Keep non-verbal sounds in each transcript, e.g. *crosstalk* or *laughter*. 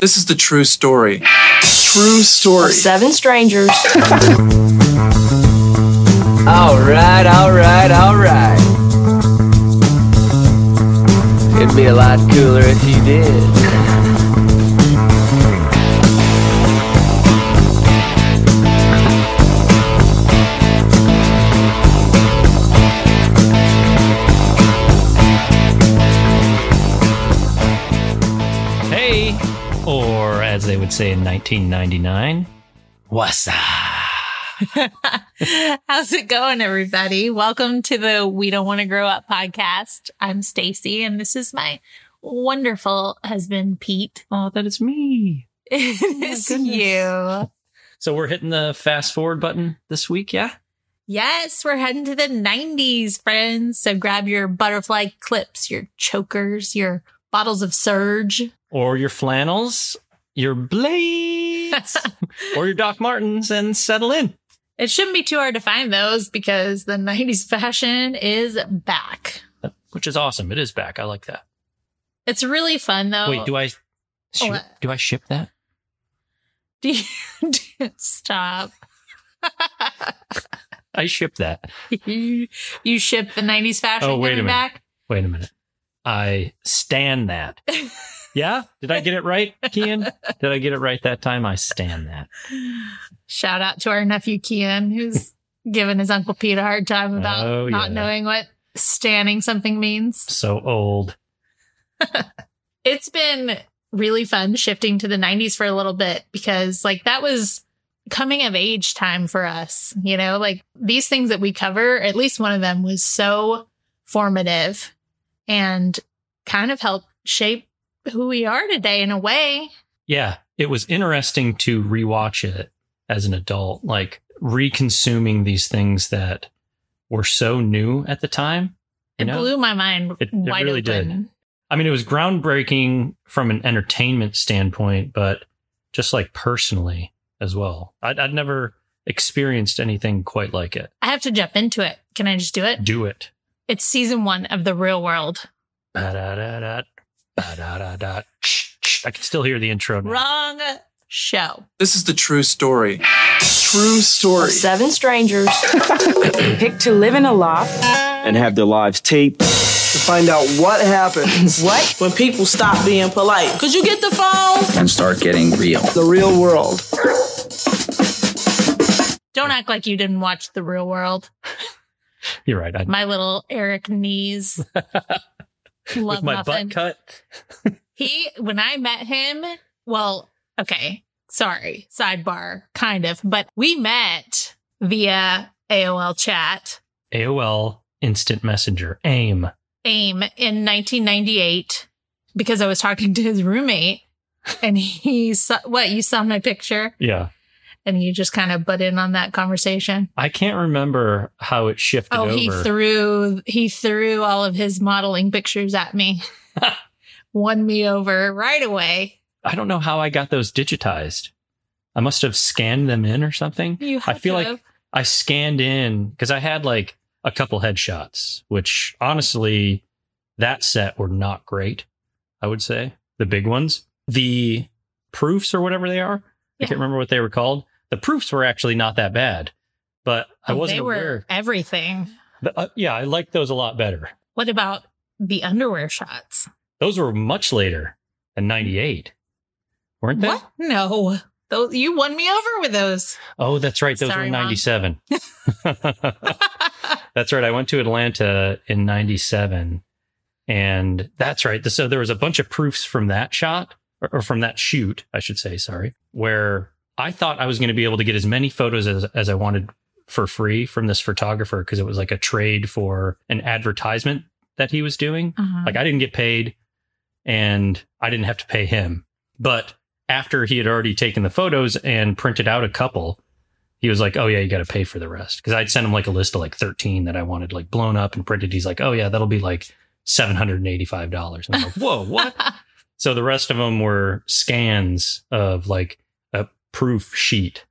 This is the true story. True story. Seven strangers. All right, all right, all right. It'd be a lot cooler if you did. Hey, or as they would say in 1999, what's up? *laughs* How's it going, everybody? Welcome to the We Don't Want to Grow Up podcast. I'm Stacy, and this is my wonderful husband, Pete. *laughs* Oh, that is me. Oh It is you. So we're hitting the fast forward button this week, yeah? Yes, we're heading to the 90s, friends. So grab your butterfly clips, your chokers, your bottles of Surge. Or your flannels, your *laughs* blades, or your Doc Martens and settle in. *laughs* It shouldn't be too hard to find those because the 90s fashion is back. Which is awesome. It is back. I like that. It's really fun, though. Wait, do I ship, what? do I ship that? *laughs* Do you- do- stop? I ship that. you you ship the 90s fashion Oh, wait a coming minute. back? Wait a minute. I stand *laughs* that. Yeah? Did I get it right, *laughs* Kian? Did I get it right that time? I stand that. Shout out to our nephew Kian, *laughs* who's giving his uncle Pete a hard time about Oh, not yeah. knowing what standing something means. So old. It's been really fun shifting to the 90s for a little bit because, like, that was coming of age time for us. You know, like these things that we cover, at least one of them was so formative and kind of helped shape who we are today in a way. Yeah, it was interesting to rewatch it as an adult, like reconsuming these things that were so new at the time. You It know? blew my mind It- it wide really did. open. I mean, it was groundbreaking from an entertainment standpoint, but just like personally as well. I'd, I'd never experienced anything quite like it. I have to jump into it. Can I just do it? Do it. It's season one of The Real World. Ba-da-da-da, ba-da-da-da. I can still hear the intro. Now. Wrong show. This is the true story. True story. Seven strangers. Picked to live in a loft. and have their lives taped. to find out what happens. What? when people stop being polite. Could you get the phone? and start getting real. The real world. Don't act like you didn't watch The Real World. You're right. I, My little Eric knees. *laughs* with Love my muffin. butt cut. He, when I met him, well, okay, sorry, sidebar, kind of, but we met via AOL chat, AOL Instant Messenger. AIM. AIM, in 1998 because I was talking to his roommate and he *laughs* saw what you saw my picture Yeah. and you just kind of butt in on that conversation. I can't remember how it shifted Oh, over. he threw he threw all of his modeling pictures at *laughs* me. Won me over right away. I don't know how I got those digitized. I must have scanned them in or something. You I have feel to like have- I scanned in because I had like a couple headshots, which honestly, that set were not great. I would say the big ones, the proofs or whatever they are. I Yeah. can't remember what they were called. The proofs were actually not that bad, but I Oh, wasn't they aware. were everything. But, uh, yeah, I liked those a lot better. What about the underwear shots? Those were much later than '98, weren't they? What? No. Those you won me over *laughs* with those. Oh, that's right. Those Sorry, were Mom. 97. *laughs* that's right. I went to Atlanta in 97. And that's right. So there was a bunch of proofs from that shot or, or from that shoot, I should say, sorry, where I thought I was going to be able to get as many photos as, as I wanted for free from this photographer because it was like a trade for an advertisement that he was doing. Uh-huh. Like I didn't get paid and I didn't have to pay him. But after he had already taken the photos and printed out a couple, he was like, Oh yeah, you gotta pay for the rest. Cause I'd sent him like a list of like 13 that I wanted like blown up and printed. He's like, Oh yeah, that'll be like $785. And I'm like, Whoa, *laughs* what? so the rest of them were scans of like a proof sheet,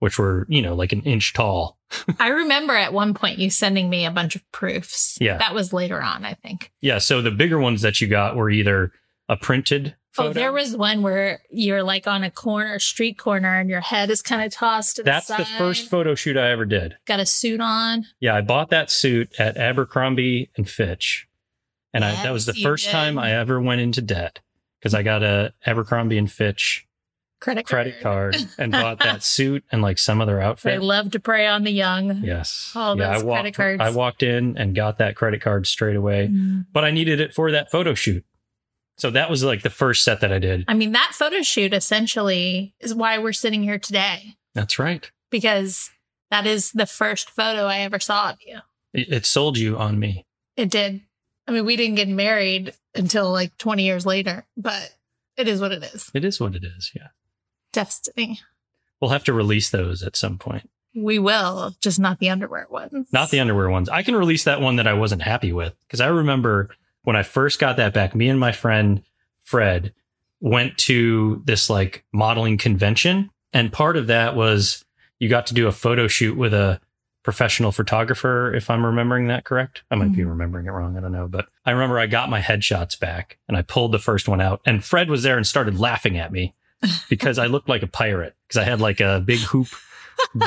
which were, you know, like an inch tall. I remember at one point you sending me a bunch of proofs. Yeah. That was later on, I think. Yeah. So the bigger ones that you got were either a printed photo. Oh, there was one where you're like on a corner, street corner, and your head is kind of tossed to the That's the side. first photo shoot I ever did. Got a suit on. Yeah, I bought that suit at Abercrombie and Fitch. And I, that was the Yes, you first did. time I ever went into debt because I got a Abercrombie and Fitch Credit card. credit card *laughs* and bought that suit and like some other They outfit. love to prey on the young. Yes. All yeah, those I credit walked, cards. I walked in and got that credit card straight away, Mm. but I needed it for that photo shoot. So that was like the first set that I did. I mean, that photo shoot essentially is why we're sitting here today That's right. because that is the first photo I ever saw of you. It, it sold you on me. It did. I mean, we didn't get married until like 20 years later, but it is what it is. It is what it is. Yeah. Destiny. We'll have to release those at some point. We will, just not the underwear ones. Not the underwear ones. I can release that one that I wasn't happy with because I remember when I first got that back, me and my friend Fred went to this like modeling convention. And part of that was you got to do a photo shoot with a professional photographer, if I'm remembering that correct. I might be Mhm. remembering it wrong. I don't know. But I remember I got my headshots back and I pulled the first one out. And Fred was there and started laughing at me because I looked like a pirate because I had like a big hoop, *laughs*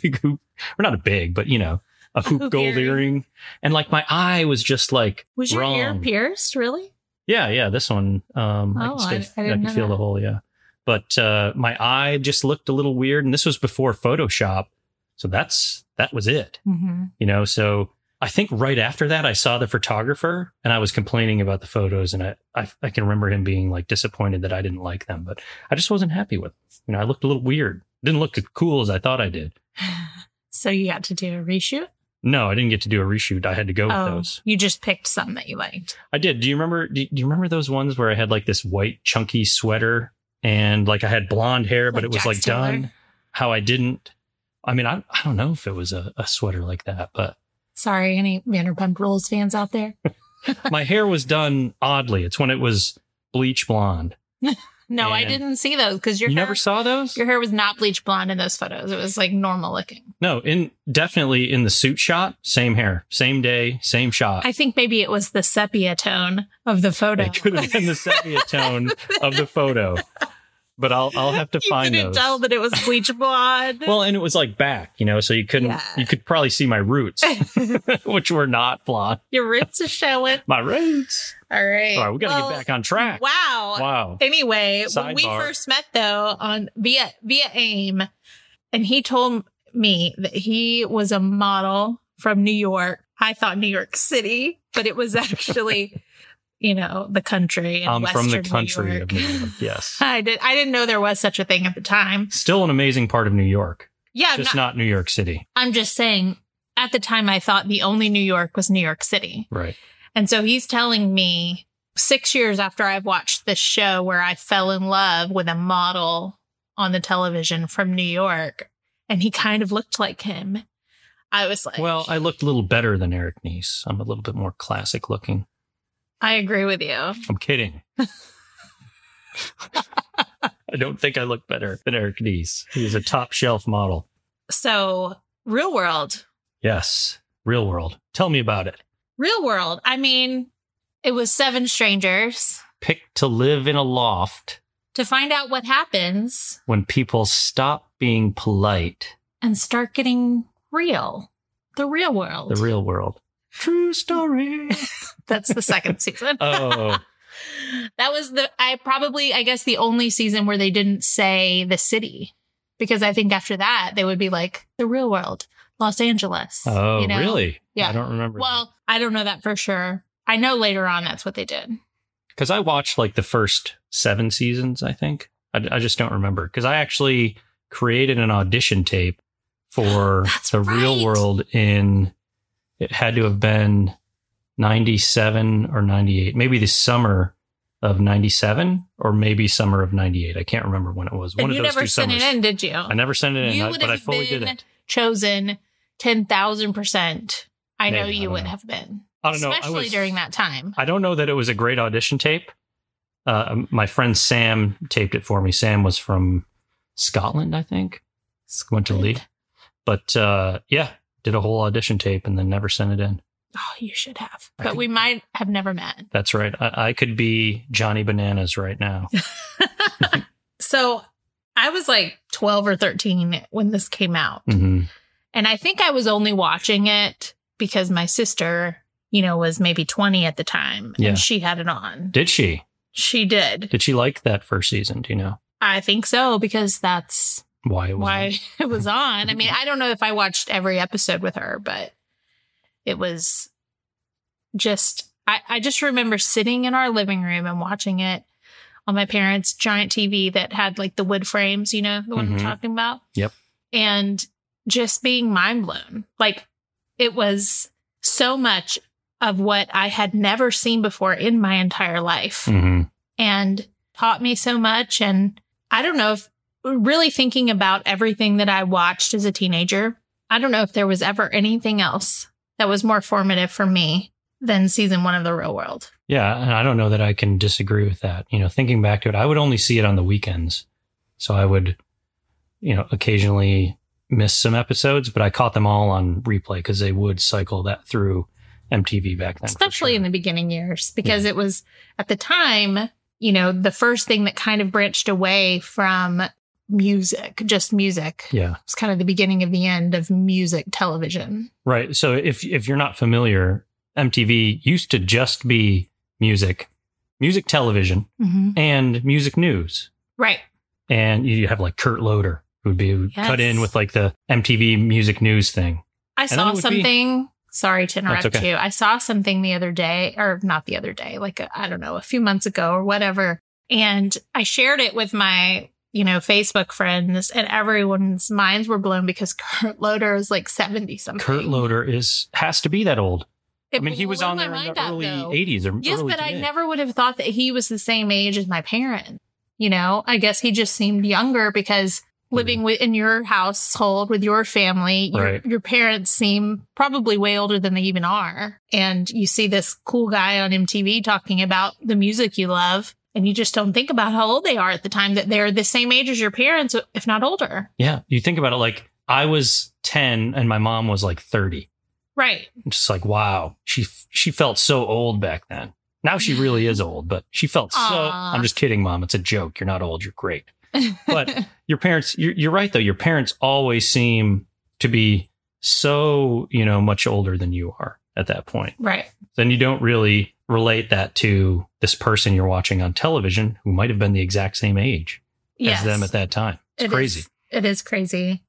big hoop, or not a big, but you know, *laughs* a hoop, Hoop gold earring. earring. And like my eye was just like Was your wrong. ear pierced, really? Yeah, yeah, this one. Um, I Oh, can, I- still, I I, didn't can know feel that. the hole. Yeah, but uh, my eye just looked a little weird, and this was before Photoshop, so that's that was it. Mm-hmm. You know, so I think right after that, I saw the photographer, and I was complaining about the photos, and I I, I can remember him being like disappointed that I didn't like them, but I just wasn't happy with. Them. You know, I looked a little weird. Didn't look as cool as I thought I did. So you got to do a reshoot? No, I didn't get to do a reshoot. I had to go Oh. with those. you just picked some that you liked. I did. Do you remember? Do do you remember those ones where I had like this white chunky sweater and like I had blonde hair, but Like it was Jax like Taylor? done? How I didn't. I mean, I I don't know if it was a, a sweater like that, but Sorry, any Vanderpump Rules fans out there? my hair was done oddly. It's when it was bleach blonde. No, I And- didn't see those because your you hair, never saw those? your hair was not bleach blonde in those photos. It was like normal looking. No, in definitely in the suit shot, same hair, same day, same shot. I think maybe it was the sepia tone of the photo. It could have been the sepia tone of the photo, but I'll I'll have to you find couldn't those. tell that it was bleach blonde. *laughs* Well, and it was like back, you know, so you couldn't, Yeah. you could probably see my *laughs* roots, *laughs* which were not blonde. your roots are showing. My roots. All right. All right, we got to Well, get back on track. Wow. Wow. Anyway, when we Sidebar. first met though on via via AIM, and he told me that he was a model from New York. I thought New York City, but it *laughs* was actually, you know, the country. and I'm from the Western New country York. of New York. Yes. *laughs* I did. I didn't know there was such a thing at the time. Still an amazing part of New York, Yeah, I'm, just not, not New York City. I'm just saying. At the time, I thought the only New York was New York City. Right. And so he's telling me six years after I've watched this show where I fell in love with a model on the television from New York and he kind of looked like him. I was like, Well, I looked a little better than Eric Nice. I'm a little bit more classic looking. I agree with you. I'm *laughs* kidding. I don't think I look better than Eric Nice. He's a top shelf model. So, real world, Yes. Real world. Tell me about it. real world. I mean, it was seven strangers Picked to live in a loft to find out what happens when people stop being polite, and start getting real. The real world. the real world. True *laughs* story. That's the second season. *laughs* oh, that was the I probably I guess the only season where they didn't say the city because I think after that they would be like the real world, Los Angeles. oh, you know? really? Yeah. I don't remember. Well, I don't know that for sure. I know later on that's what they did. because I watched like the first seven seasons, I think. I, I just don't remember because I actually created an audition tape for *gasps* That's the right. real world in, it had to have been 97 or 98, maybe the summer of 97 or maybe summer of 98. I can't remember when it was. One and of you those never two sent summers. it in, did you? I never sent it in, you I- would but I have fully been did it. chosen ten thousand percent. I know Maybe, I you don't would know. have been. I don't know. Especially I was, during that time. I don't know that it was a great audition tape. Uh, my friend Sam taped it for me. Sam was from Scotland, I think. Went to Leeds, but uh, yeah, did a whole audition tape and then never sent it in. Oh, you should have. But we might have *laughs* never met. *laughs* That's right. I, I could be Johnny Bananas right now. So I was like 12 or 13 when this came out. hmm And I think I was only watching it because my sister, you know, was maybe 20 at the time Yeah. and she had it on. Did she? She did. Did she like that first season? Do you know I think so because that's why it was? why *laughs* it was on. I mean, I don't know if I watched every episode with her, but it was just, I, I just remember sitting in our living room and watching it on my parents' giant TV that had like the wood frames, you know, the one Mhm. I'm talking about. Yep. And just being mind blown. Like it was so much of what I had never seen before in my entire life hmm and taught me so much. And I don't know if really thinking about everything that I watched as a teenager, I don't know if there was ever anything else that was more formative for me than season one of The Real World. Yeah, and I don't know that I can disagree with that. You know, thinking back to it, I would only see it on the weekends. So I would, you know, occasionally miss some episodes, but I caught them all on replay because they would cycle that through MTV back then. for especially sure. in the beginning years because it was at the time you know the first thing that kind of branched away from music just music Yeah. it's kind of the beginning of the end of music television Right. So if if you're not familiar, MTV used to just be music, music television, and music news. right And you have like Kurt Loder who would be who would Yes. cut in with like the MTV music news thing. i then it saw would be- something sorry to interrupt okay. you i saw something the other day or not the other day like I i don't know a few months ago or whatever and i shared it with my you know facebook friends and everyone's minds were blown because kurt loder is like 70 something Kurt Loder is has to be that old. It I mean, he was blew on my there in mind the out, early though. 80s or Yes, early but to I mid. never would have thought that he was the same age as my parents. You know, I guess he just seemed younger because Hmm. living with, in your household with your family, your, Right. your parents seem probably way older than they even are. And you see this cool guy on MTV talking about the music you love, and you just don't think about how old they are at the time that they're the same age as your parents, if not older. Yeah, you think about it like I was 10 and my mom was like 30. Right. I'm just like wow, she she felt so old back then. Now she really is old, but she felt so Aw. I'm just kidding, mom. It's a joke. You're not old, you're great. But your parents you're, you're right though. Your parents always seem to be so, you know, much older than you are at that point. *laughs* right. then you don't really relate that to this person you're watching on television who might have been the exact same age as them at that time. It's It crazy. is- it is crazy.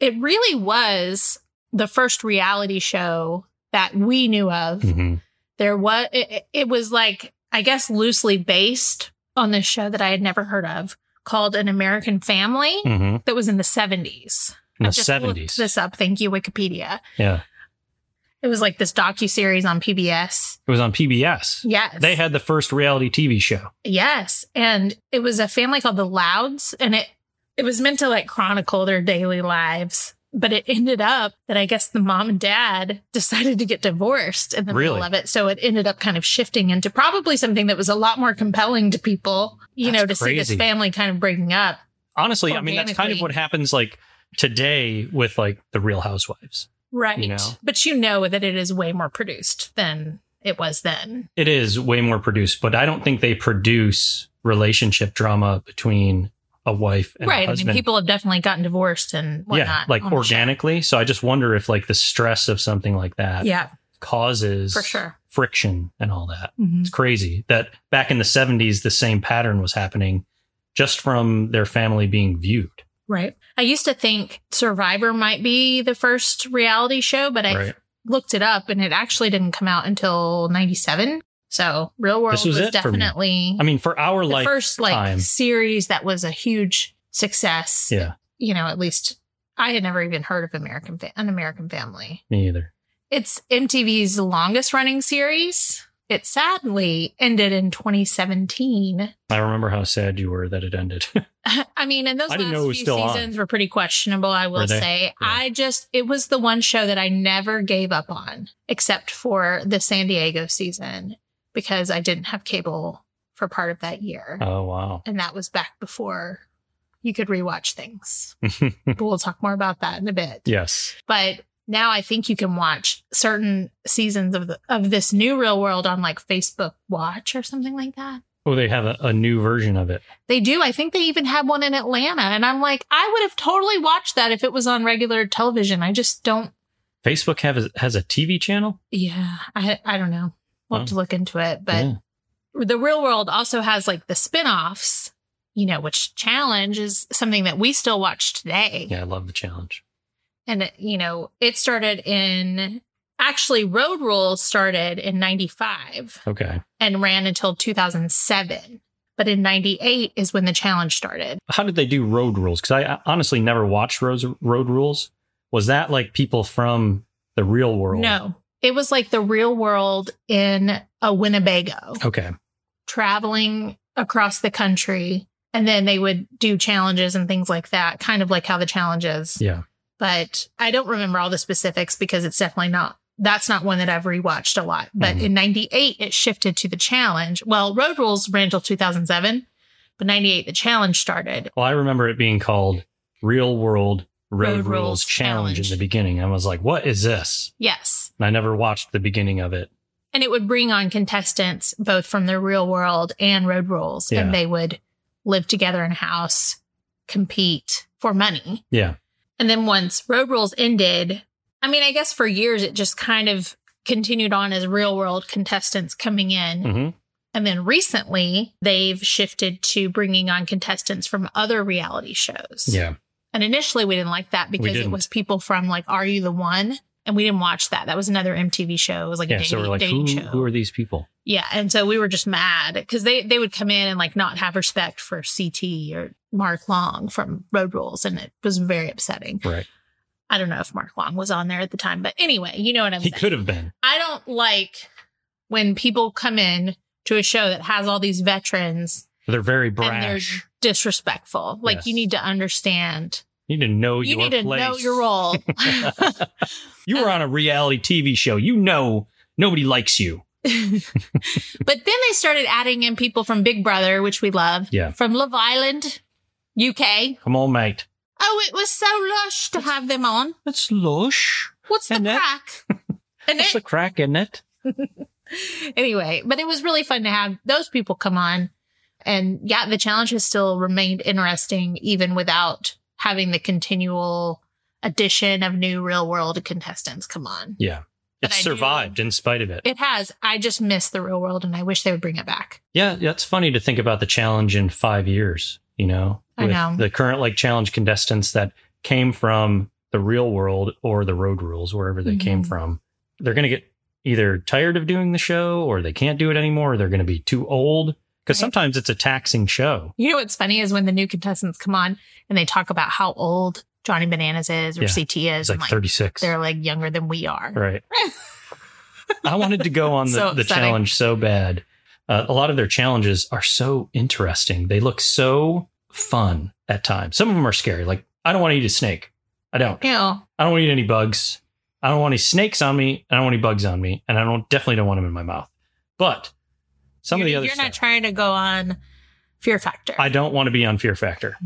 It really was the first reality show that we knew of. Mhm. There was it, it- it was like I guess loosely based on this show that I had never heard of called An American Family Mhm. that was in the 70s. In I the just looked 70s. This up, thank you Wikipedia. yeah. It was like this docu series on PBS. It was on PBS. Yes. They had the first reality TV show. Yes, and it was a family called the Louds, and it it was meant to like chronicle their daily lives. But it ended up that I guess the mom and dad decided to get divorced in the Really? middle of it, so it ended up kind of shifting into probably something that was a lot more compelling to people. You That's know, to see crazy. this family kind of breaking up. Honestly, I mean, that's kind of Organically. what happens like today with like the Real Housewives. Right. You know. But you know that it is way more produced than it was then. It is way more produced, but I don't think they produce relationship drama between a wife and right. a I husband. mean, people have definitely gotten divorced and whatnot. yeah, like on the show. organically. So I just wonder if like the stress of something like that Yeah, causes for sure. friction and all that. Mhm. It's crazy that back in the 70s, the same pattern was happening just from their family being viewed. Right. I used to think Survivor might be the first reality show, but I Right. looked it up and it actually didn't come out until 97. So Real World This was, was it for me. definitely I mean, for our the life, first like time. series that was a huge success. Yeah. You know, at least I had never even heard of American fa- an American Family. me either. It's MTV's longest running series. It sadly ended in 2017. I remember how sad you were that it ended. *laughs* *laughs* I mean, and those I didn't last know it was few still on. seasons were pretty questionable, I Were will they? say. Yeah. I just, it was the one show that I never gave up on, except for the San Diego season, because I didn't have cable for part of that year. oh, wow. *laughs* And that was back before Hmm. you could rewatch things. But we'll talk more about that in a bit. yes. But now I think you can watch certain seasons of the, of this new Real World on like Facebook Watch or something like that. Oh, they have a, a new version of it. They do. I think they even had one in Atlanta, and I'm like, I would have totally watched that if it was on regular television. I just don't. Facebook have a, has a TV channel. Yeah, I I don't know. We'll have to look into it, but. Yeah. the real world also has like the spin-offs you know which challenge is something that we still watch today yeah, I love the challenge. and it- you know it started in actually road rules started in 95 Okay, and ran until 2007 but in 98 is when the challenge started how did they do Road Rules? Because I, I honestly never watched Road Road Rules. Was that like people from the real world? no it was like the real world in a winnebago Okay. traveling across the country and then they would do challenges and things like that kind of like how the challenges Yeah. but I don't remember all the specifics because it's definitely not that's not one that I've rewatched a lot. But Mm-hmm. in 98 it shifted to the challenge. Well, Road Rules ran till 2007, but 98 the challenge started. Well, I remember it being called Real World Road, Rules, Road Rules Challenge in Challenge. the beginning. I was like, what is this? Yes. And I never watched the beginning of it. And it would bring on contestants both from the real world and Road Rules Yeah. and they would live together in a house, compete for money. Yeah. And then once Road Rules ended, I mean, I guess for years it just kind of continued on as real world contestants coming in hmm And then recently, they've shifted to bringing on contestants from other reality shows. Yeah. And initially, we didn't like that because it didn't. was people from like Are You the One? And we didn't watch that. That was another MTV show. It was like a Yeah. dating, So we're like, who, dating show. who are these people? yeah. And so we were just mad because they, they would come in and like not have respect for CT or Mark Long from Road Rules. And it was very upsetting. Right. I don't know if Mark Long was on there at the time, but anyway, you know what I'm He saying. could have been. I don't like when people come in to a show that has all these veterans They're very and they're brash. disrespectful. Like Yes. you need to understand. You need to know you your need to place. know *laughs* your role. *laughs* you were on a reality TV show. You know nobody likes you. but then they started adding in people from Big Brother, which we love. Yeah. From Love Island, UK. Come on, mate. Oh, it was so lush to have them on. That's lush. What's the And that- *laughs* crack? And That's it, the crack in it. anyway, but it was really fun to have those people come on. And yeah, the challenge has still remained interesting even without having the continual addition of new real world contestants come on. Yeah. But It I do- survived in spite of it. It has. I just miss the real world and I wish they would bring it back. Yeah, that's funny to think about the challenge in five years, you know, I know. the current like challenge contestants that came from the real world or the road rules, wherever they came Mhm. from. They're going to get either tired of doing the show or they can't do it anymore. Or they're going to be too old because Right. sometimes it's a taxing show. You know what's funny is when the new contestants come on and they talk about how old Johnny Bananas is or Yeah. CT is. It's and like 36. They're like younger than we are. *laughs* Right. I wanted to go on the, So the upsetting. challenge so bad. Uh, a lot of their challenges are so interesting. They look so fun at times. Some of them are scary. Like, I don't want to eat a snake. I don't. You know, I don't want to eat any bugs. I don't want any snakes on me. I don't want any bugs on me. And I don't definitely don't want them in my mouth. But some you're, of the other you're not stuff, trying to go on Fear Factor. *laughs* I don't want to be on Fear Factor.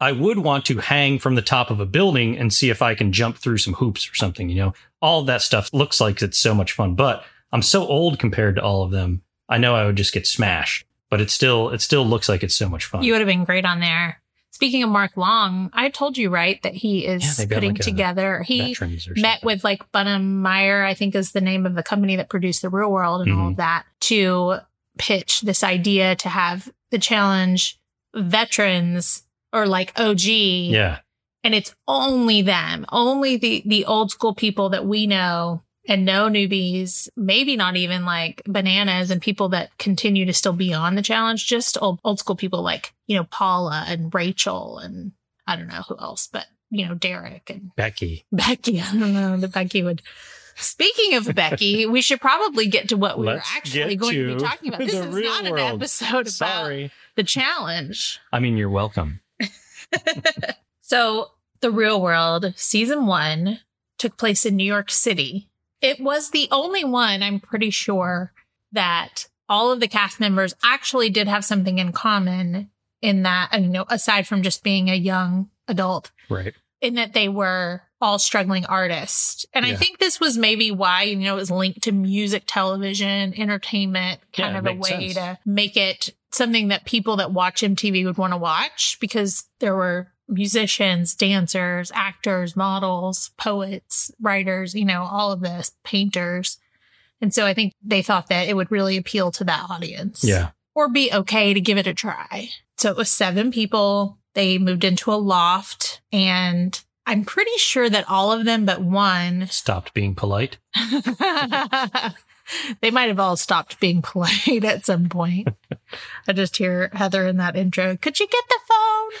I would want to hang from the top of a building and see if I can jump through some hoops or something, you know. All of that stuff looks like it's so much fun, but I'm so old compared to all of them. I know I would just get smashed, but it still it still looks like it's so much fun. You would have been great on there. Speaking of Mark Long, I told you right that he Yeah, is they've got, putting like, a together. He Veterans or met something. with like Bunham Meyer, I think is the name of the company that produced The Real World and Mm-hmm. all of that to pitch this idea to have the challenge veterans or like OG. Yeah. And it's only them, only the the old school people that we know and no newbies, maybe not even like bananas and people that continue to still be on the challenge, just old old school people like, you know, Paula and Rachel and I don't know who else, but you know, Derek and *laughs* Becky. Becky. I don't know that Becky would. Speaking *laughs* of Becky, we should probably get to what we were Let's actually get going to, to be talking *laughs* about. the This is real not an world. episode about Sorry. the challenge. I mean, you're welcome. So, The Real World season one took place in New York City. It was the only one, I'm pretty sure, that all of the cast members actually did have something in common in that, you know, aside from just being a young adult, Right. in that they were all struggling artists. And I Yeah. think this was maybe why, you know, it was linked to music, television, entertainment, kind Yeah, it of a makes way sense. to make it something that people that watch MTV would want to watch because there were musicians, dancers, actors, models, poets, writers, you know, all of this, painters. And so I think they thought that it would really appeal to that audience Yeah. or be okay to give it a try. So it was seven people. They moved into a loft and I'm pretty sure that all of them but one, *laughs* Stopped being polite. they might have all stopped being polite at some point. *laughs* I just hear Heather in that intro. Could you get the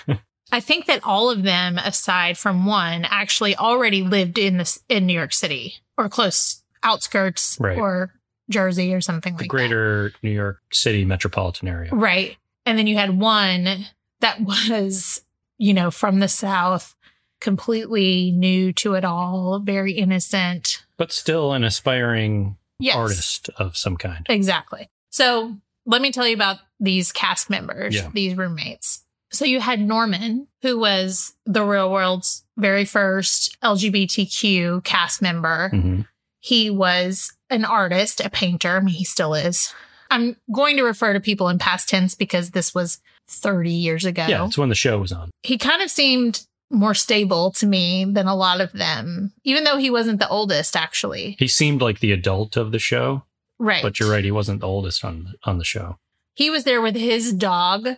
phone? *laughs* I think that all of them, aside from one, actually already lived in this in New York City or close outskirts Right. or Jersey or something The like that. greater New York City metropolitan area. Right. And then you had one that was, you know, from the South, completely new to it all, very innocent. But still an aspiring Yes. artist of some kind. Exactly. So let me tell you about these cast members, Yeah. these roommates. So you had Norman, who was the real world's very first LGBTQ cast member. Mhm. He was an artist, a painter. I mean, he still is. I'm going to refer to people in past tense because this was 30 years ago. Yeah, it's when the show was on. he kind of seemed more stable to me than a lot of them, even though he wasn't the oldest, actually. He seemed like the adult of the show, Right. but you're right, he wasn't the oldest on on the show. He was there with his dog,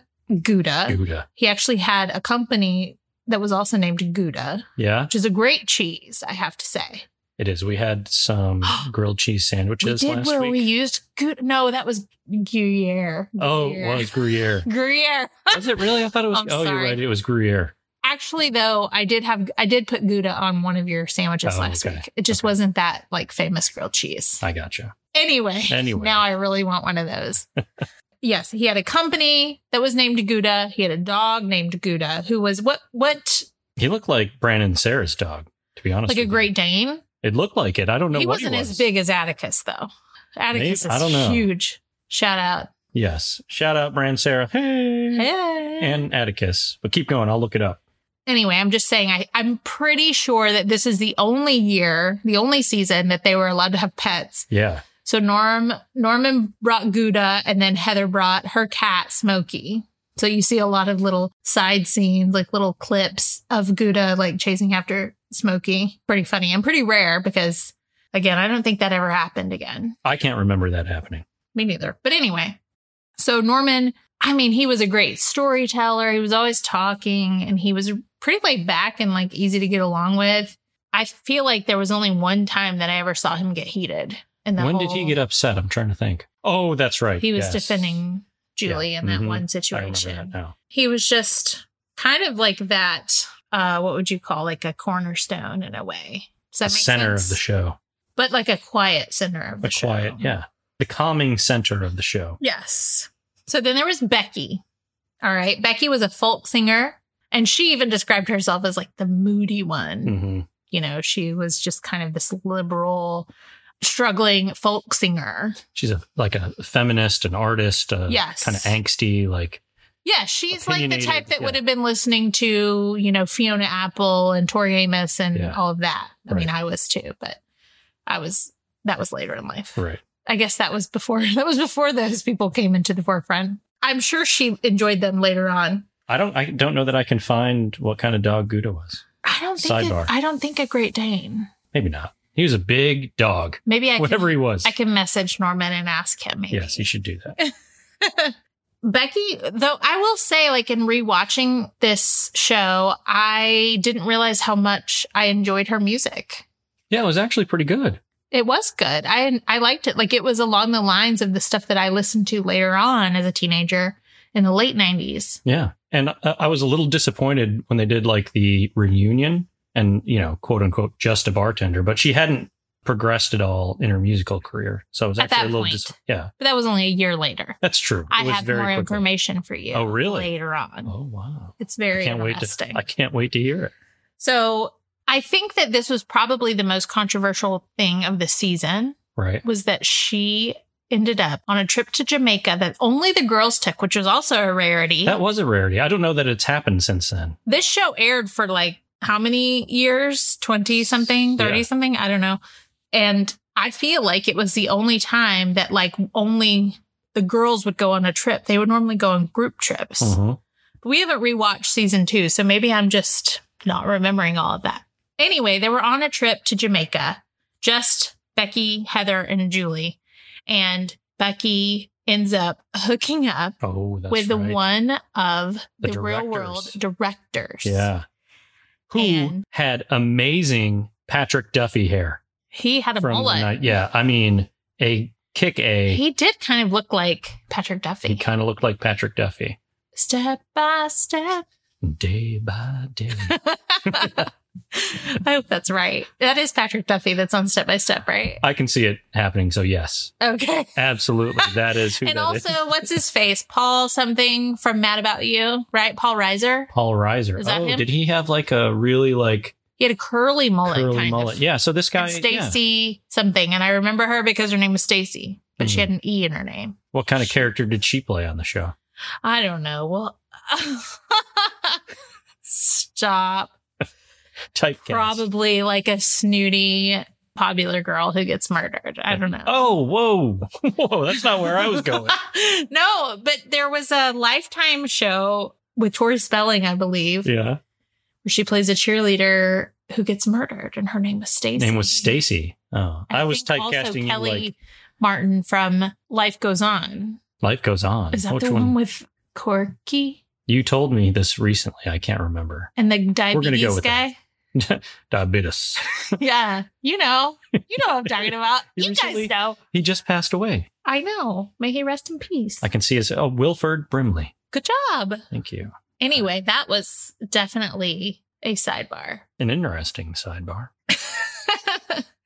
Gouda. Gouda. He actually had a company that was also named Gouda, Yeah, which is a great cheese, I have to say. it is. We had *gasps* some grilled cheese We sandwiches did last where week. we used Gouda. No, that was Gruyere. oh, it Gruyere. was *laughs* Gruyere. Gruyere. Was it really? I thought it was. I'm oh, you're sorry. right. It was Gruyere. Actually, though, I did have I did put Gouda on one of your sandwiches Oh, last okay. week. It just Okay. wasn't that like famous grilled cheese. I gotcha. Anyway, Anyway. now I really want one *laughs* of those. yes, he had a company that was named Gouda. He had a dog named Gouda, who was what what He looked like Brandon Sarah's dog. To be honest, like a with you. Great Dane. It looked like it. I don't know he what he wasn't was. as big as Atticus though. Atticus Maybe- I is don't know. huge. Shout out, Yes. Shout out Brand Sarah. Hey. hey. And Atticus. But keep going. I'll look it up. anyway, I'm just saying. I I'm pretty sure that this is the only year, the only season that they were allowed to have pets. Yeah. So Norm Norman brought Gouda and then Heather brought her cat Smokey. So you see a lot of little side scenes, like little clips of Gouda like chasing after Smokey. Pretty funny and pretty rare because again, I don't think that ever happened again. I can't remember that happening. Me neither. But anyway. So Norman, I mean, he was a great storyteller. He was always talking and he was pretty laid back and like easy to get along with. I feel like there was only one time that I ever saw him get heated. And When did he get upset? I'm trying to think. Oh, that's right. He was Yes. defending Julie in that Mhm. one I remember that situation. now. He was just kind of like that. Uh, what would you call like a cornerstone in a way? Does that The make center sense? of the show. but like a quiet center of the The show. quiet. Yeah. The calming center of the show. Yes. So then there was Becky. All right, Becky was a folk singer, and she even described herself as like the moody one. hmm You know, she was just kind of this liberal, struggling folk singer. She's a, like a feminist, an artist, uh, Yes. kind of angsty, like Yeah, she's like the Opinionated, type that yeah. would have been listening to, you know, Fiona Apple and Tori Amos and Yeah. all of that. I mean, Right. I was too, but I was that was later in life. right. I guess that was before *laughs* that was before those people came into the forefront. I'm sure she enjoyed them later on. I don't. I don't know that I can find what kind of dog Gouda was. I don't think Sidebar. it, I don't think a Great Dane. Maybe not. He was a big dog. Maybe I Whatever can, he was. I can message Norman and ask him. Maybe. Yes, you should do *laughs* that. Becky, though, I will say, like in rewatching this show, I didn't realize how much I enjoyed her music. yeah, it was actually pretty good. it was good. I I liked it. Like it was along the lines of the stuff that I listened to later on as a teenager in the late nineties. Yeah. And I, I was a little disappointed when they did like the reunion and, you know, quote unquote, just a bartender, but she hadn't progressed at all in her musical career. So it was At actually that a little, point. dis- yeah, But that was only a year later. that's true. I It was have more quickly. information for you. Oh, really? Later on, Oh, wow. it's I very can't wait interesting. to, I can't wait to hear it. so I think that this was probably the most controversial thing of the season Right. was that she ended up on a trip to Jamaica that only the girls took, which was also a rarity. That was a rarity. I don't know that it's happened since then. this show aired for like how many years 20 something 30 Yeah. something i don't know and i feel like it was the only time that like only the girls would go on a trip they would normally go on group trips Mm-hmm. we haven't rewatched season two, so maybe I'm just not remembering all of that. Anyway, they were on a trip to Jamaica, just Becky, Heather, and Julie. And Becky ends up hooking up Oh, that's with right. one of The the, real world directors. directors. Yeah. Who And- had amazing Patrick Duffy hair He had a from the mullet. night? Yeah. I mean, a kick A. He, He did kind of look like Patrick Duffy. kind of looked like Patrick Duffy. step by step. *laughs* Day by day. I hope that's right. That is Patrick Duffy that's on Step by Step, right? I can see it happening. So, yes, Okay. *laughs* absolutely. That is who and that is. also, what's his face? Paul something from Mad About You, right? Paul Reiser. Paul Reiser. Is that oh, him? did he have like a really like He had a curly mullet, curly kind mullet? of. Yeah. So this guy, And yeah. Stacy something, and I remember her because her name was Stacy, but Hmm. she had an E in her name. what kind of character did she play on the show? I don't know. Well, *laughs* stop. Typecast. Probably like a snooty popular girl who gets murdered. I don't know. Oh, whoa. *laughs* Whoa. That's not where Oh, I *laughs* was going. no, but there was a Lifetime show with Tori Spelling, I believe, yeah. where she plays a cheerleader who gets murdered, and her name was Stacy. Name was Stacy. Oh, I, was think also typecasting you Kelly like Martin from Life Goes On. Life Goes On. Is that Which the one? one? with Corky You told me this recently. I can't remember. and the gonna go diabetes with *laughs* guy? *laughs* Diabetes. yeah, you know, you know what *laughs* I'm talking about. He you recently- guys know. he just passed away. I know. May he rest in peace. I can see his. Oh, Wilford Brimley. Good job. Thank you. Anyway, that was definitely a sidebar. *laughs* An interesting sidebar.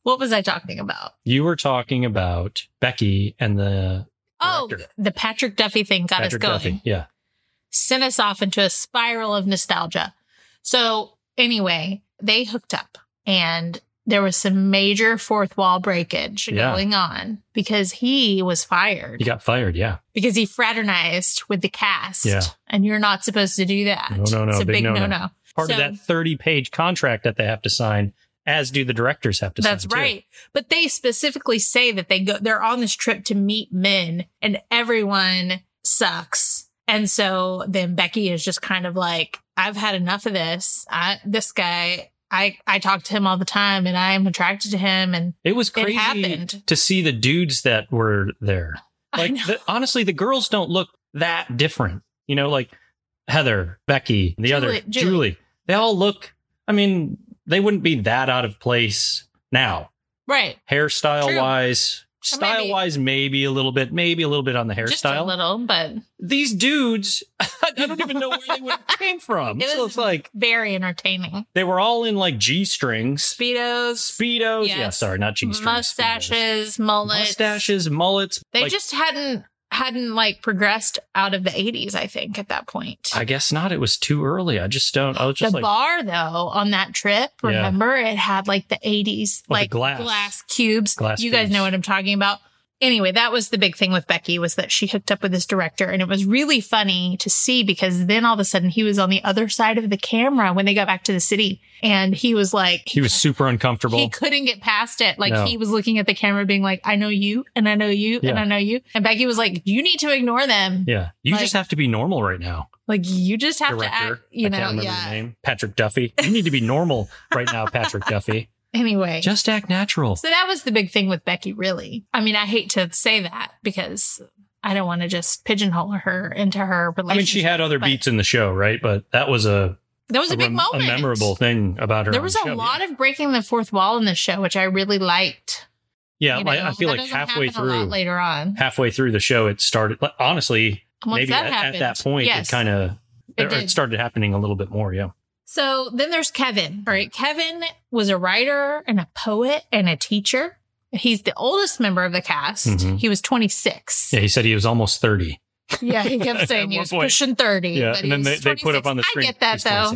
what was I talking about? You were talking about Becky and the Oh, Director. the Patrick Duffy thing got Patrick us going. Duffy. Yeah. sent us off into a spiral of nostalgia. So, anyway, they hooked up and there was some major fourth wall breakage Yeah. going on because he was fired He got fired. Yeah. because he fraternized with the cast. Yeah. And you're not supposed to do that. No, no, no. It's a Big big, no, no, no. no. Part of So- that 30 page contract that they have to sign, as do the directors have to That's sign. too. right. But they specifically say that they go they're on this trip to meet men and everyone sucks. And so then Becky is just kind of like, I've had enough of this. I this guy, I I talk to him all the time and I am attracted to him and It was It crazy happened. to see the dudes that were there. *laughs* I Like know. the, honestly, the girls don't look that different. You know, like Heather, Becky, the other Julie- Julie. Julie. They all look. I mean, they wouldn't be that out of place now, right. hairstyle wise. Or maybe- Style wise, maybe a little bit, maybe a little bit on the Just a hairstyle. little, but These dudes, *laughs* I don't even know where they would *laughs* have came from. It so was- it's like very entertaining. they were all in like G strings, Speedos, speedos. Yeah, Yes. sorry, not G strings. mustaches, mullets. mustaches, mullets. They like, just hadn't hadn't like progressed out of the 80s, I think, at that point. I guess not. It was too early. I just don't. I was just the like, bar though on that trip Yeah. remember it had like the 80s the like glass. cubes Glass you guys cubes. know what i'm talking about anyway that was the big thing with becky was that she hooked up with this director and it was really funny to see because then all of a sudden he was on the other side of the camera when they got back to the city and he was like he was super uncomfortable. he couldn't get past it. Like No. he was looking at the camera being like, I know you and I know you and Yeah. I know you. And Becky was like, you need to ignore them. yeah, you Like- just have to be normal right now, Like you just have director. to act, you I can't know, remember the yeah. name. Patrick Duffy. You need to be normal right now, Patrick *laughs* Duffy. Anyway. Just act natural. So that was the big thing with Becky, really. I mean, I hate to say that because I don't want to just pigeonhole her into her relationship. I mean, she had other but beats in the show, right? But that was a That was a, big rem- moment. memorable thing about her. There on was the a show. lot of breaking the fourth wall in the show, which I really liked. Yeah, you like, know? I feel That like doesn't halfway happen a lot through, later on, halfway through the show, it started. like, honestly, once maybe that at, happened, at that point, yes. it kind of It it, did. started happening a little bit more. Yeah, So then there's Kevin. All right. Kevin was a writer and a poet and a teacher. He's the oldest member of the cast. Mhm. He was 26. yeah. He said he was almost thirty. Yeah, he kept *laughs* At saying he one was point. pushing 30. Yeah, but he and then they, was they put up 26. on the screen. I get that he's though.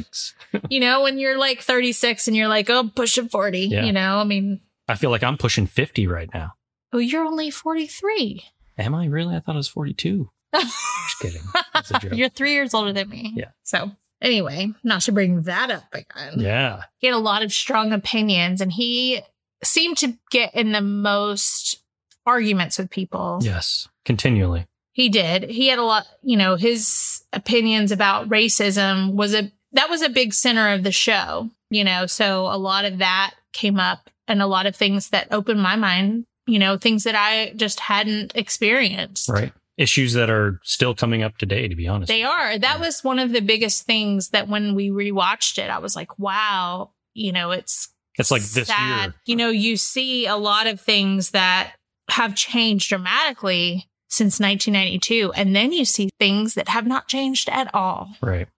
26. you know, when you're like 36 and you're like, oh, I'm pushing 40, Yeah. you know, I mean, I feel like I'm pushing 50 right now. oh, you're only 43. Am *laughs* I really? I thought I was 42. Just kidding. That's a joke. you're three years older than me. Yeah. So Anyway, not to bring that up again. Yeah. He had a lot of strong opinions and he seemed to get in the most arguments with people. Yes. Continually. He did. He had a lot, you know, his opinions about racism was a that was a big center of the show, you know, so a lot of that came up and a lot of things that opened my mind, you know, things that I just hadn't experienced. Right. Issues that are still coming up today, to be honest. They are. That was one of the biggest things that when we rewatched it, I was like, wow, you know, it's it's like this sad. year. You know, you see a lot of things that have changed dramatically since 1992, and then you see things that have not changed at all. Right.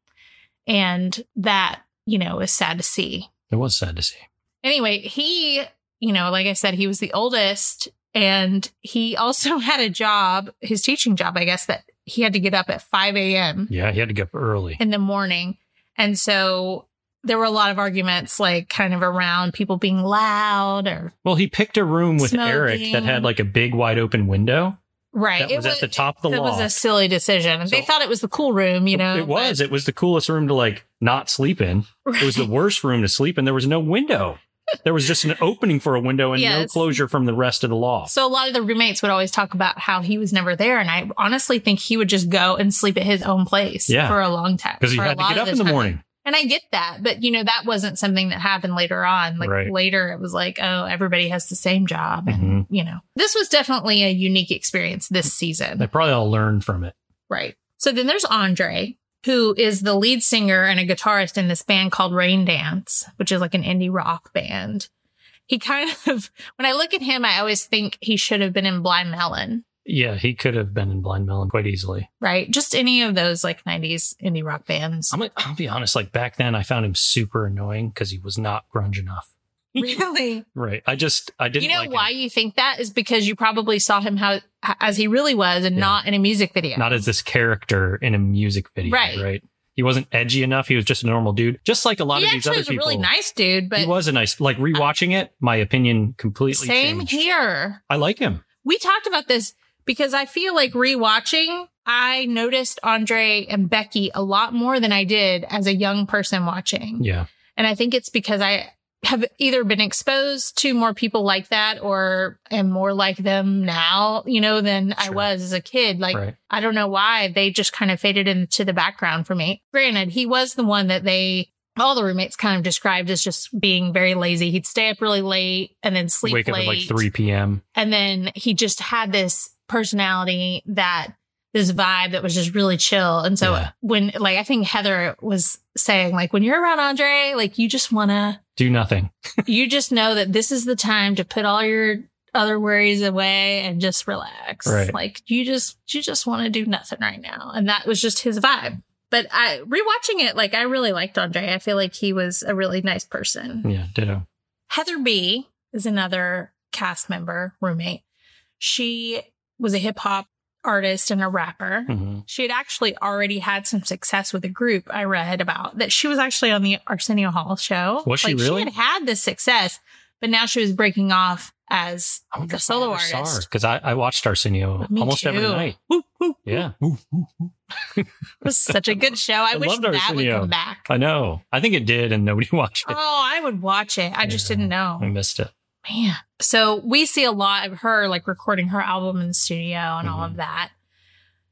And that, you know, is sad to see. It was sad to see. Anyway, he, you know, like I said, he was the oldest, and he *laughs* also had a job, his teaching job, I guess, that he had to get up at 5 a.m Yeah. He had to get up early. in the morning. And so there were a lot of arguments, like kind of around people being loud or Well, he picked a room with Eric that Smoking. had like a big wide open window right. that was, at the top of the It loft. was a silly decision. they So- thought it was the cool room, you know. it was. It was the coolest room to like not sleep in. but- *laughs* It was the worst room to sleep in. There was no window. There was just an opening for a window and no Yes. closure from the rest of the loft. So a lot of the roommates would always talk about how he was never there, and I honestly think he would just go and sleep at his own place Yeah. for a long time Because he for a had to lot get of up in the time. morning. And I get that, but you know that wasn't something that happened later on. Like Right. later, it was like, oh, everybody has the same job, Mhm. and you know this was definitely a unique experience this season. They probably all learned from it. Right. So then there's Andre, who is the lead singer and a guitarist in this band called Rain Dance, which is like an indie rock band. He kind of, *laughs* when I look at him, I always think he should have been in Blind Melon, Yeah, he could have been in Blind Melon quite easily. right? Just any of those like 90s indie rock bands. *laughs* I'm like, I'll be honest. Like back then, I found him super annoying because he was not grunge enough. really? Right. I just I didn't. You know like why him. you think that is because you probably saw him how as he really was and Yeah. not in a music video. Not as this character in a music video. Right. Right. Right. He wasn't edgy enough. He was just a normal dude, just like a lot he of these actually other was a people. really nice dude, he but was a nice. Like rewatching it, my opinion completely same changed. here. I like him. we talked about this because I feel like rewatching, I noticed Andre and Becky a lot more than I did as a young person watching. Yeah. And I think it's because I have either been exposed to more people like that or am more like them now, you know, than I Sure. was as a kid. Like, right. I don't know why they just kind of faded into the background for me. Granted, he was the one that they, all the roommates kind of described as just being very lazy. He'd stay up really late and then sleep Wake late. up at like three p.m. And then he just had this personality that this vibe that was just really chill. And so Yeah. when like I think Heather was saying, like when you're around Andre, like you just wanna Do nothing. you just know that this is the time to put all your other worries away and just relax. Right. Like you just you just want to do nothing right now. And that was just his vibe. But I rewatching it, like I really liked Andre. I feel like he was a really nice person. Yeah. Ditto. Heather B is another cast member, roommate. She was a hip hop artist and a rapper. hmm She had actually already had some success with a group I read about that she was actually on the Arsenio Hall show. Was she like, really? She had had this success, but now she was breaking off *laughs* as a solo artist. Because I, I watched Arsenio Me almost every too. night. Woo, woo. Yeah. It was such a good show. I, I wish loved that Arsenio. would come back. I know. I think it did, and nobody *laughs* watched it. Oh, I would watch it. I just Yeah. didn't know. I missed it. Man. So we see a lot of her like recording her album in the studio and all Mhm. of that.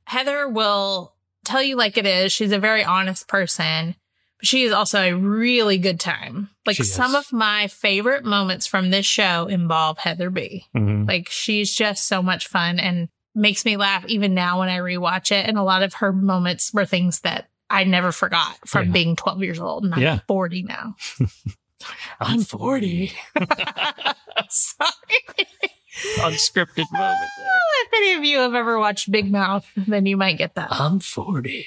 Heather will tell you like it is. She's a very honest person, but she is also a really good time. Like She is. some of my favorite moments from this show involve Heather B. Mhm. Like she's just so much fun and makes me laugh even now when I rewatch it. And a lot of her moments were things that I never forgot from Yeah. being 12 years old and I'm Yeah. 40 now. *laughs* I'm 40. Sorry. Unscripted moment. there. If any of you have ever watched Big Mouth, then you might get that. I'm 40.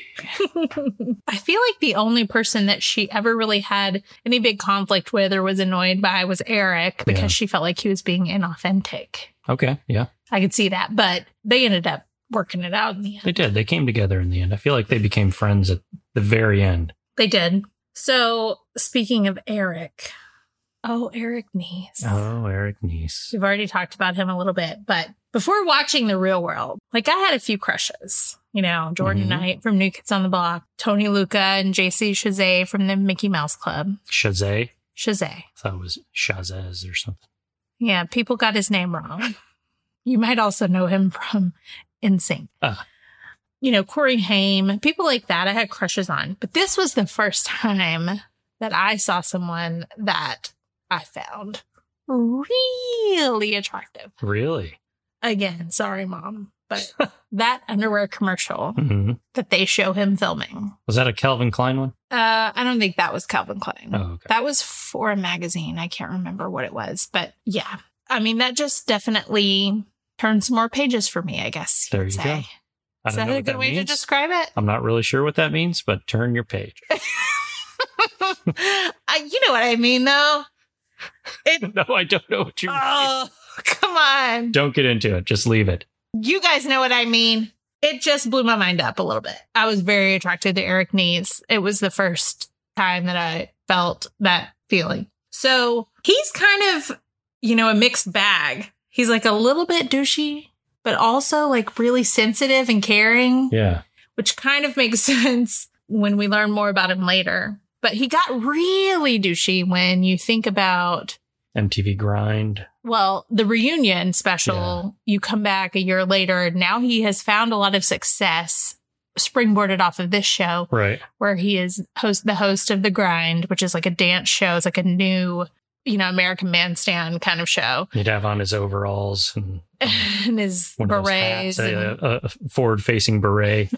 I feel like the only person that she ever really had any big conflict with or was annoyed by was Eric because Yeah. she felt like he was being inauthentic. Okay. Yeah. I could see that, but they ended up working it out in the end. They did. They came together in the end. I feel like they became friends at the very end. They did. So, speaking of Eric, oh, Eric Neese. Oh, Eric Nice. We've already talked about him a little bit, but before watching The Real World, like I had a few crushes, you know, Jordan Mhm. Knight from New Kids on the Block, Tony Luca and JC Shazay from the Mickey Mouse Club. Shazay. Shazay. I thought it was Shazaz or something. Yeah, people got his name wrong. You might also know him from NSYNC. Ah. You know, Corey Haim, people like that I had crushes on. But this was the first time that I saw someone that I found really attractive. Really? Again, sorry, mom, but *laughs* that underwear commercial hmm that they show him filming. Was that a Calvin Klein one? Uh, I don't think that was Calvin Klein. Oh, okay. That was for a magazine. I can't remember what it was, but yeah. I mean, that just definitely turns more pages for me, I guess. There could you go. I Is don't that know a what good way to means. describe *laughs* it? *laughs* I'm not really sure what that means, but turn your page. *laughs* I, you know what I mean, though. *laughs* It. no, I don't know what you mean. oh, come on. Don't get into it. Just leave it. You guys know what I mean. It just blew my mind up a little bit. I was very attracted to Eric Nees. It was the first time that I felt that feeling. So he's kind of, you know, a mixed bag. He's like a little bit douchey, but also like really sensitive and caring, Yeah. which kind of makes *laughs* sense when we learn more about him later. But he got really douchey when you think about MTV grind. well, the reunion special, you come back a year later. Now he has found a lot of success, springboarded off of this show, Right. where he is host the host of The Grind, which is like a dance show. It's like a new, you know, American Bandstand kind of show. *laughs* He'd have on his overalls and and his one of those hats, berets. and- a, forward facing *laughs* beret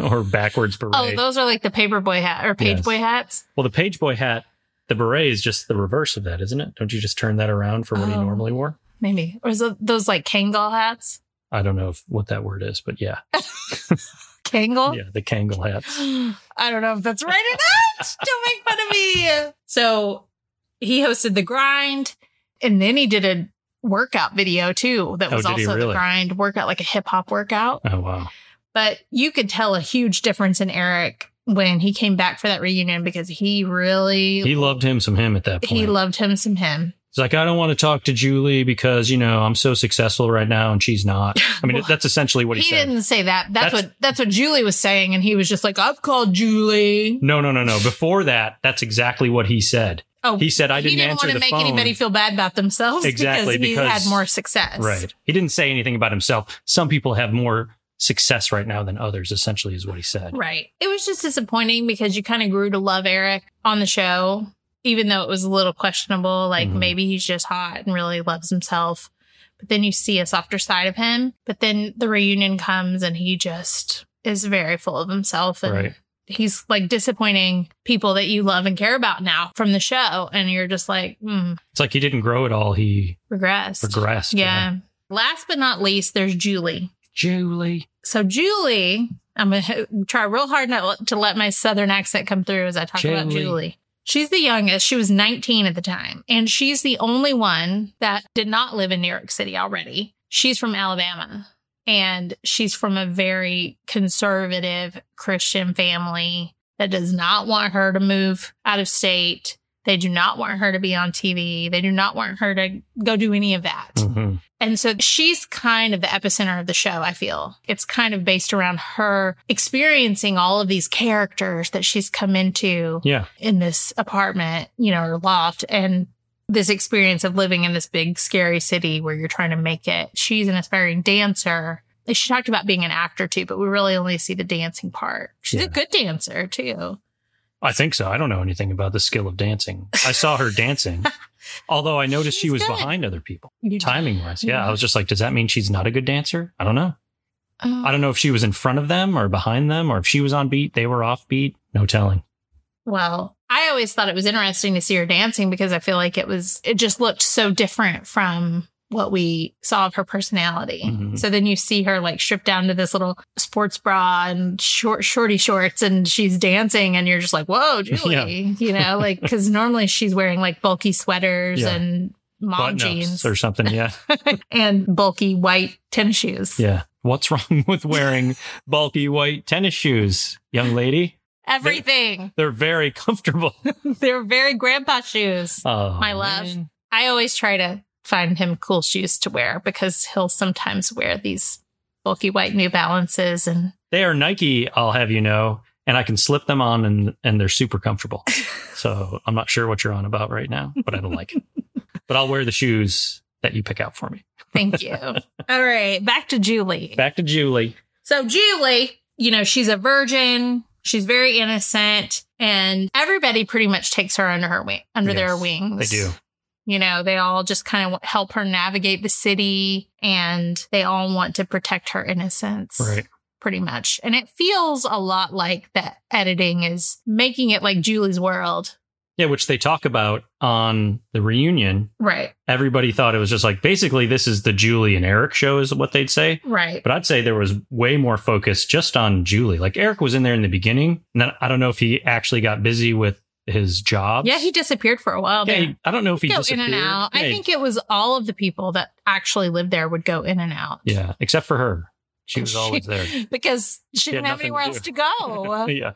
or backwards beret. oh, those are like the paperboy hat or Yes. pageboy hats. well, the page boy hat, the beret is just the reverse of that, isn't it? Don't you just turn that around for what he Oh. normally wore? Maybe. Or is it those like Kangol hats? I don't know if, what that word is, but yeah. Kangol? Oh. Yeah, the Kangol hats. *gasps* I don't know if that's right or not. Don't make fun of me. So he hosted the grind, and then he did a workout video too. That Oh, was did he also the really? grind workout, like a hip hop workout. Oh, wow. But you could tell a huge difference in Eric when he came back for that reunion because he really He he, loved him some him at that point. loved him some him. He's like, I don't want to talk to Julie because, you know, I'm so successful right now and she's not. I mean, Well, that's essentially what he, *laughs* he said. didn't say that. That's, That's- what that's what Julie was saying, and he was just like, "I've called Julie." No, no, no, no. Before that, that's exactly what he said. Oh, He said, I didn't, he didn't answer want to the make phone. anybody feel bad about themselves Exactly, because he because- had more success. Right. He didn't say anything about himself. Some people have more success right now than others, essentially, is what he said. Right. It was just disappointing because you kind of grew to love Eric on the show, even though it was a little questionable. Like Mhm. maybe he's just hot and really loves himself. But then you see a softer side of him. But then the reunion comes and he just is very full of himself. And Right. he's like disappointing people that you love and care about now from the show. And you're just like, mm, It's like he didn't grow at all. He regressed. regressed. you know? yeah. Last but not least, there's Julie. Julie. So Julie, I'm gonna try real hard not to let my southern accent come through as I talk about Julie. Julie. She's the youngest. She was 19 at the time, and she's the only one that did not live in New York City already. She's from Alabama, and she's from a very conservative Christian family that does not want her to move out of state. They do not want her to be on TV. They do not want her to go do any of that. Mhm. And so she's kind of the epicenter of the show, I feel. It's kind of based around her experiencing all of these characters that she's come into Yeah. in this apartment, you know, or loft, and this experience of living in this big, scary city where you're trying to make it. She's an aspiring dancer. She talked about being an actor too, but we really only see the dancing part. She's Yeah. a good dancer too. I think so. I don't know anything about the skill of dancing. I saw *laughs* her dancing, although I noticed she She's was good. behind other people You- timing wise. Yeah. Yeah. I was just like, does that mean she's not a good dancer? I don't know. Oh. I don't know if she was in front of them or behind them or if she was on beat, they were off beat. No telling. Well, I always thought it was interesting to see her dancing because I feel like it was, it just looked so different from what we saw of her personality. Mhm. So then you see her like stripped down to this little sports bra and short, shorty shorts and she's dancing and you're just like, *laughs* whoa, Julie, Yeah. you know, *laughs* like, cause normally she's wearing like bulky sweaters Yeah. and mom Button-ups jeans or something. *laughs* Yeah. and bulky white tennis shoes. Yeah. What's wrong with wearing bulky white tennis shoes, young lady? *laughs* Everything. They're very comfortable. They're very grandpa shoes. Oh, *laughs* My love. I always try to find him cool shoes to wear because he'll sometimes wear these bulky white New Balances and They are Nike, I'll have you know, and I can slip them on and and they're super *laughs* comfortable. so I'm not sure what you're on about right now, but I don't like it. But I'll wear the shoes that you pick out for me. Thank *laughs* you. All right, back to Julie. Back to Julie. So Julie, you know, she's a virgin. She's very innocent, and everybody pretty much takes her under her wing, under their Yes, They wings. do. You know, they all just kind of help her navigate the city, and they all want to protect her innocence, Right. Pretty much, and it feels a lot like that editing is making it like Julie's world, Yeah, which they talk about on the reunion. right? Everybody thought it was just like basically this is the Julie and Eric show is what they'd say. Right. But I'd say there was way more focus just on Julie. Like Eric was in there in the beginning, and then I don't know if he actually got busy with his job. Yeah, he disappeared for a while. Yeah, there. he- I don't know if he go in disappeared. and out. I Yeah, think it was all of the people that actually lived there would go in and out. Yeah, except for her, Oh, she was always there. *laughs* because she, had didn't have nothing anywhere to else do. to go. yeah,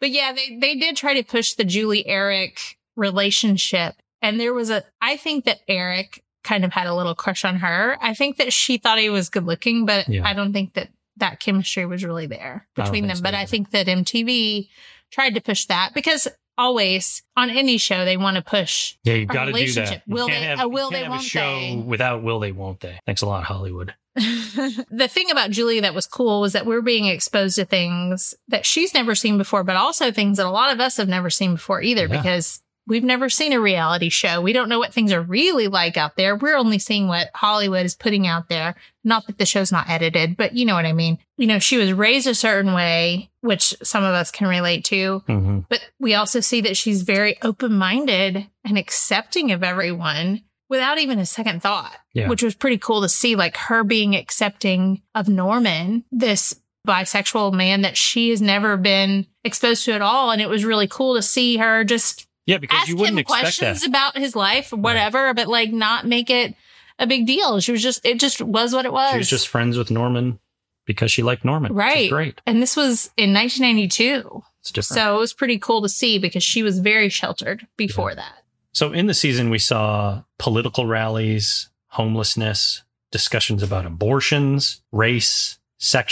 but yeah, they they did try to push the Julie Eric relationship, and there was a. I think that Eric kind of had a little crush on her. I think that she thought he was good looking, but Yeah. I don't think that that chemistry was really I there don't between think them. so but I either. think that MTV tried to push that because always on any show they want to push yeah, you A got to do relationship. that. You Will can't they- Have, a will you they, can't have won't a show they. without will they, won't they? Thanks a lot, Hollywood. *laughs* the thing about Julie that was cool was that we are being exposed to things that she's never seen before, but also things that a lot of us have never seen before either, Yeah. because we've never seen a reality show. We don't know what things are really like out there. We're only seeing what Hollywood is putting out there. Not that the show's not edited, but you know what I mean. You know, she was raised a certain way, which some of us can relate to. Mm-hmm. But we also see that she's very open minded and accepting of everyone without even a second thought, Yeah. which was pretty cool to see. Like her being accepting of Norman, this bisexual man that she has never been exposed to at all. And it was really cool to see her just Yeah, because ask you wouldn't him expect questions that. about his life, whatever, but like not make it a big deal. She was just, it just was what it was. She was just friends with Norman because she liked Norman. which is right. great. And this was in 1992. It's different. So it was pretty cool to see because she was very sheltered before that. So in the season, we saw political rallies, homelessness, discussions about abortions, race,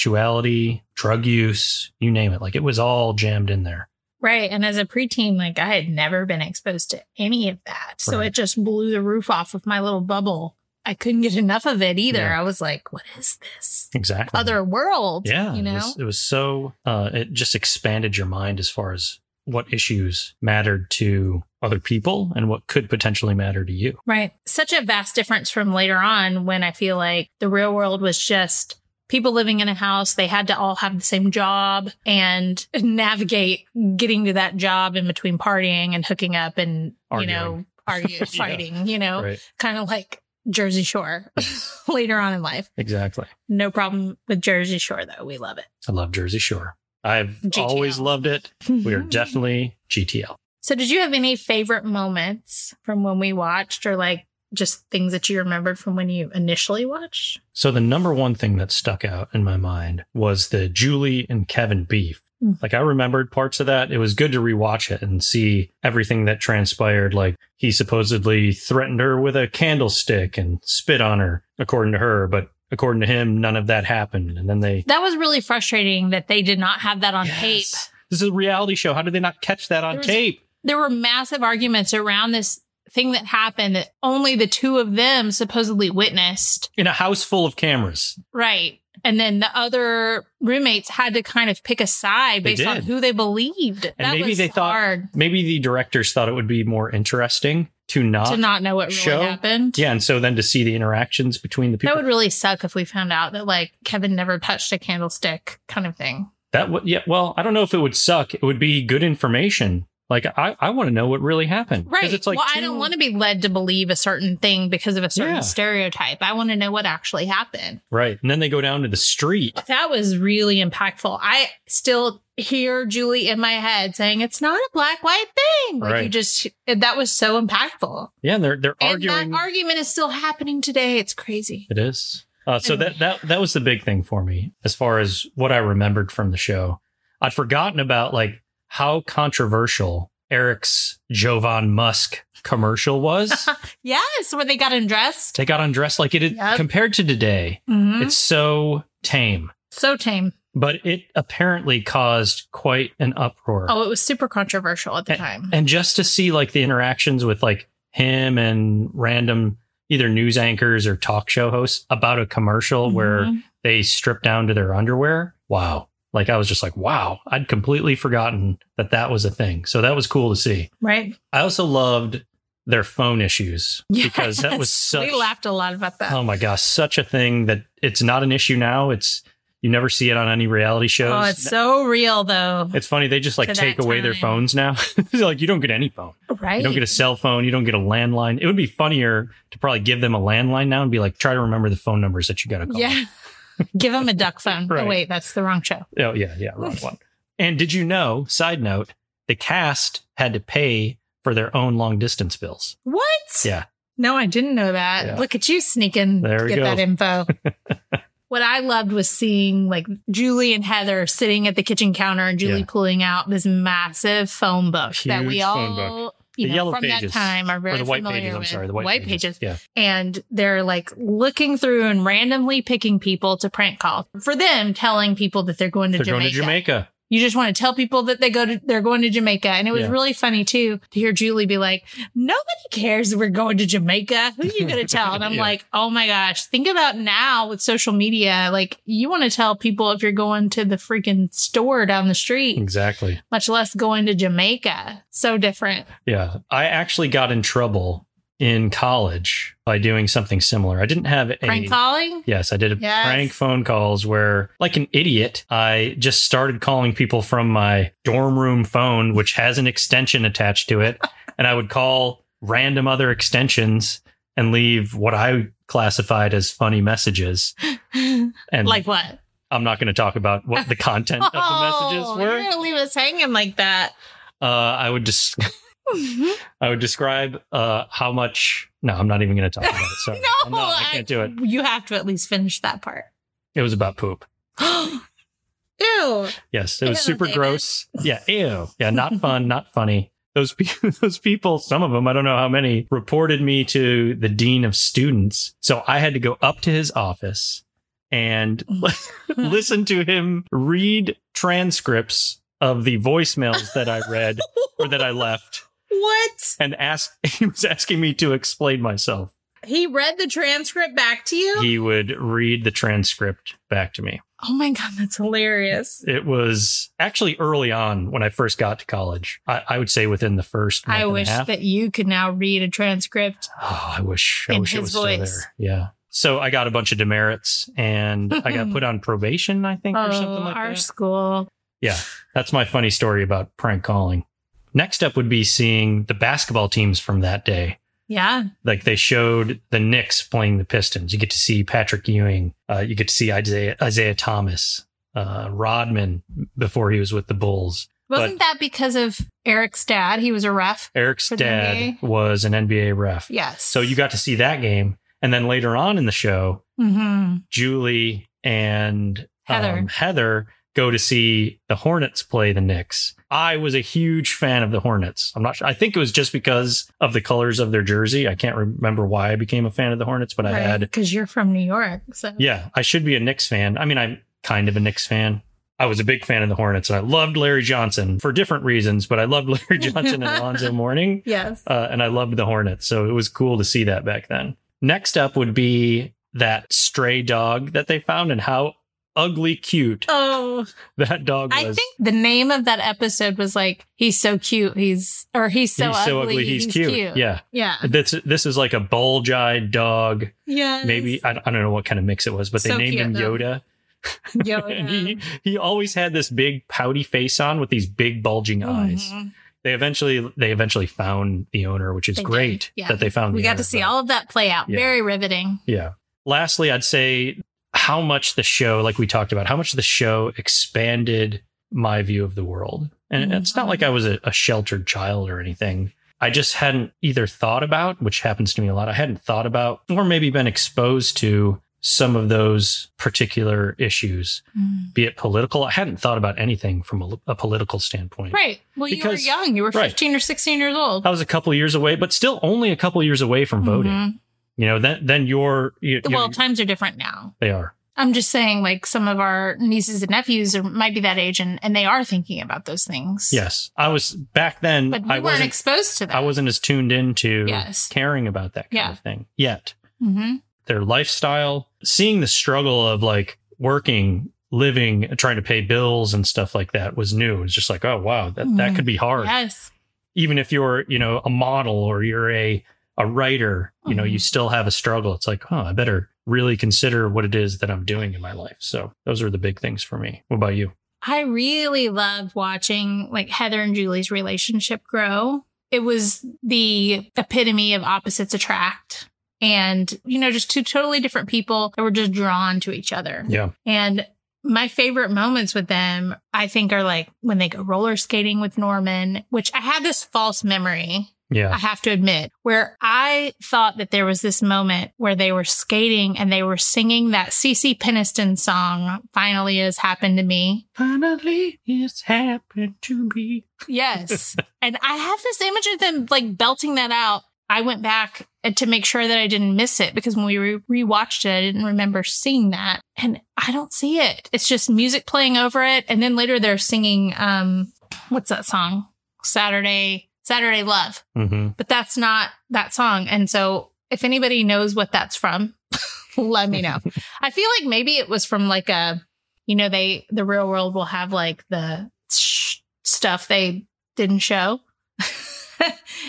sexuality, drug use, you name it. Like it was all jammed in there. Right. And as a preteen, like I had never been exposed to any of that. So Right. it just blew the roof off of my little bubble. I couldn't get enough of it either. Yeah. I was like, what is this Exactly. other world? yeah. You know? It was, it was so, uh, it just expanded your mind as far as what issues mattered to other people and what could potentially matter to you. Right. Such a vast difference from later on when I feel like the real world was just people living in a house. They had to all have the same job and *laughs* navigate getting to that job in between partying and hooking up and, you know, Arguing. *laughs* arguing, Yeah. fighting, you know, Right. kind of like Jersey Shore *laughs* later on in life. Exactly. No problem with Jersey Shore, though. We love it. I love Jersey Shore. I've GTL. always loved it. We *laughs* are definitely GTL. So, did you have any favorite moments from when we watched or like just things that you remembered from when you initially watched? So the number one thing that stuck out in my mind was the Julie and Kevin beef. Mm. Like I remembered parts of that. It was good to rewatch it and see everything that transpired. Like he supposedly threatened her with a candlestick and spit on her, according to her, but according to him, none of that happened. And then they That was really frustrating that they did not have that on tape. Yes. This is a reality show. How did they not catch that on There was- tape? There were massive arguments around this thing that happened that only the two of them supposedly witnessed. In a house full of cameras. Right. And then the other roommates had to kind of pick a side They based on did. who they believed. And that maybe was they thought hard maybe the directors thought it would be more interesting to not, to not know what really Uh, show- happened. Yeah, and so then to see the interactions between the people That would really suck if we found out that like Kevin never touched a candlestick kind of thing. That would, yeah. Well, I don't know if it would suck. It would be good information. Like, I, I want to know what really happened. 'Cause Right. It's like, well, I don't want to be led to believe a certain thing because of a certain Yeah. stereotype. I want to know what actually happened. Right. And then they go down to the street. That was really impactful. I still hear Julie in my head saying it's not a black white thing. Like you Right. just that was so impactful. Yeah. And they're, they're And arguing. that argument is still happening today. It's crazy. it is. Uh, so Anyway. that, that, that was the big thing for me as far as what I remembered from the show. I'd forgotten about like how controversial Eric's Jovan Musk commercial *laughs* was. Yes, when they got undressed. they got undressed like it is Yep. compared to today. Mhm. It's so tame. so tame. but it apparently caused quite an uproar. Oh, it was super controversial at the time. And just to see like the interactions with like him and random either news anchors or talk show hosts about a commercial where Mhm. they strip down to their underwear. Wow. Like I was just like, wow, I'd completely forgotten that that was a thing. So that was cool to see. right? *laughs* I also loved their phone issues because that was Yes. such we laughed a lot about that. Oh my gosh, such a thing that it's not an issue now. It's you never see it on any reality shows. oh, it's so real though, It's funny they just like To take that away their time. phones now. *laughs* It's like you don't get any phone. right? You don't get a cell phone. You don't get a landline. It would be funnier to probably give them a landline now and be like, try to remember the phone numbers that you got to call. yeah. *laughs* Give him a duck phone. Right. Oh wait, that's the wrong show. Oh yeah, yeah, wrong one. And did you know? Side note: the cast had to pay for their own long distance bills. What? Yeah. No, I didn't know that. Yeah. Look at you sneaking There to we get go. *laughs* that info. what I loved was seeing like Julie and Heather sitting at the kitchen counter and Julie Yeah. pulling out this massive phone book that we Huge phone all book. you The know yellow from pages. that time are very or the white familiar pages. with. I'm sorry, the white, pages. Yeah, and they're like looking through and randomly picking people to prank call for them telling people that they're going to, they're Jamaica. going to Jamaica. You just want to tell people that they go to they're going to Jamaica. And it was Yeah. really funny too to hear Julie be like, Nobody cares we're going to Jamaica. Who *laughs* you gonna tell? And I'm Yeah. like, Oh my gosh, think about now with social media. Like you want to tell people if you're going to the freaking store down the Mm. street, Exactly. much less going to Jamaica. So different. Yeah. I actually got in trouble in college by doing something similar. I didn't have a Prank calling? *laughs* Yes, I did a Yes. prank phone calls where, like an idiot, I just started calling people from my dorm room phone, which has an extension attached to *laughs* it. and I would call random other extensions and leave what I classified as funny messages. And like what? I'm not going to talk about what the content of the messages *laughs* Oh, were. You're gonna leave us hanging like *laughs* that. Uh, I would just, I would describe uh, how much. No, I'm not even going to talk about it. Sorry, *laughs* No, I'm not- I can't do it. You have to at least finish that part. *gasps* It was about poop. Ew. Yes, it was Ew, super David. gross. Yeah, *laughs* ew. Yeah, not fun, not funny. Those pe- *laughs* those people, some of them, I don't know how many, reported me to the dean of students. So I had to go up to his office *laughs* and *laughs* listen to him read transcripts of the voicemails that I read or that I left, *laughs* What? and ask. *laughs* He was asking me to explain myself. He read the transcript back to you? He would read the transcript back to me. oh my God, that's hilarious. It was actually early on when I first got to college. I, I would say within the first. Month I wish and a half. that you could now read a transcript. Oh, I wish. I In wish it his was still voice. there. Yeah. So I got a bunch of demerits, and I *laughs* got put on probation. I think, Oh, or something like our that. school. That's my funny story about prank calling. Next up would be seeing the basketball teams from that day. Yeah. Like they showed the Knicks playing the Pistons. You get to see Patrick Ewing. Uh, you get to see Isaiah, Isaiah Thomas, uh, Rodman before he was with the Bulls. Wasn't that because of Eric's dad? He was a ref? Eric's For the dad NBA? was an NBA ref. Yes. So you got to see that game. And then later on in the show, hmm Julie and Heather. um, Heather go to see the Hornets play the Knicks. I was a huge fan of the Hornets. I'm not sure. I think it was just because of the colors of their jersey. I can't remember why I became a fan of the Hornets, but I had, Because you're from New York. So yeah, I should be a Knicks fan. I mean, I'm kind of a Knicks fan. I was a big fan of the Hornets and I loved Larry Johnson for different reasons, but I loved *laughs* Larry Johnson and Alonzo Mourning Yes. uh, and I loved the Hornets, so it was cool to see that back then. Next up would be that stray dog that they found and how ugly cute *laughs* Oh, that dog was. I think the name of that episode was like, he's so cute. He's, or he's Uh-huh. so, he's ugly, so ugly, he's, cute. Yeah, Yeah. this this is like a bulge-eyed dog. Yeah. *laughs* Maybe I, don't- I don't know what kind of mix it was, but they So named cute, him though. Yoda. *laughs* And Yoda. he he always had this big pouty face on with these big bulging eyes. Mhm. They eventually they eventually found the owner, which is They did, great yeah. that they found. We the got owner, to see but- all of that play out. uh, Yeah. Very riveting. Yeah. Lastly, I'd say how much the show, like we talked about, how much the show expanded my view of the world. And it's not like I was a, a sheltered child or anything. I just hadn't either thought about, which happens to me a lot, I hadn't thought about or maybe been exposed to some of those particular issues, be it political. I hadn't thought about anything from a, a political standpoint. Right. Well, Because- you were young. You were right. 15 or 16 years old. I was a couple years away, but still only a couple years away from voting. Mhm. You know, then then you're you, Well, times are different now. They are. I'm just saying, like some of our nieces and nephews are, might be that age, and, and they are thinking about those things. Yes, I was back then. but we I weren't wasn't. exposed to that. I wasn't as tuned into Yes. caring about that kind Yeah. of thing yet. hmm Their lifestyle, seeing the struggle of like working, living, trying to pay bills and stuff like that was new. It was just like, oh wow, that that Mhm. could be hard. Yes. Even if you're, you know, a model or you're a a writer, you know, you Mhm. still have a struggle. It's like, huh, I better really consider what it is that I'm doing in my life. So those are the big things for me. What about you? I really loved watching like Heather and Julie's relationship grow. It was the epitome of opposites attract. And, you know, just two totally different people that were just drawn to each other. Yeah. And my favorite moments with them, I think, are like when they go roller skating with Norman, which I had this false memory I Yeah. have to admit, where I thought that there was this moment where they were skating and they were singing that CC Peniston song, Finally Has Happened to Me. Finally, it's happened to me. *laughs* Yes. and I have this image of them like belting that out. I went back to make sure that I didn't miss it because when we re- rewatched it, I didn't remember seeing that. And I don't see it. It's just music playing over it. And then later they're singing, um, what's that song? Saturday, Saturday Love. hmm but that's not that song. And so if anybody knows what that's from, *laughs* let *laughs* me know. I feel like maybe it was from like a, you know, they, the real world will have like the sh- stuff they didn't show. *laughs*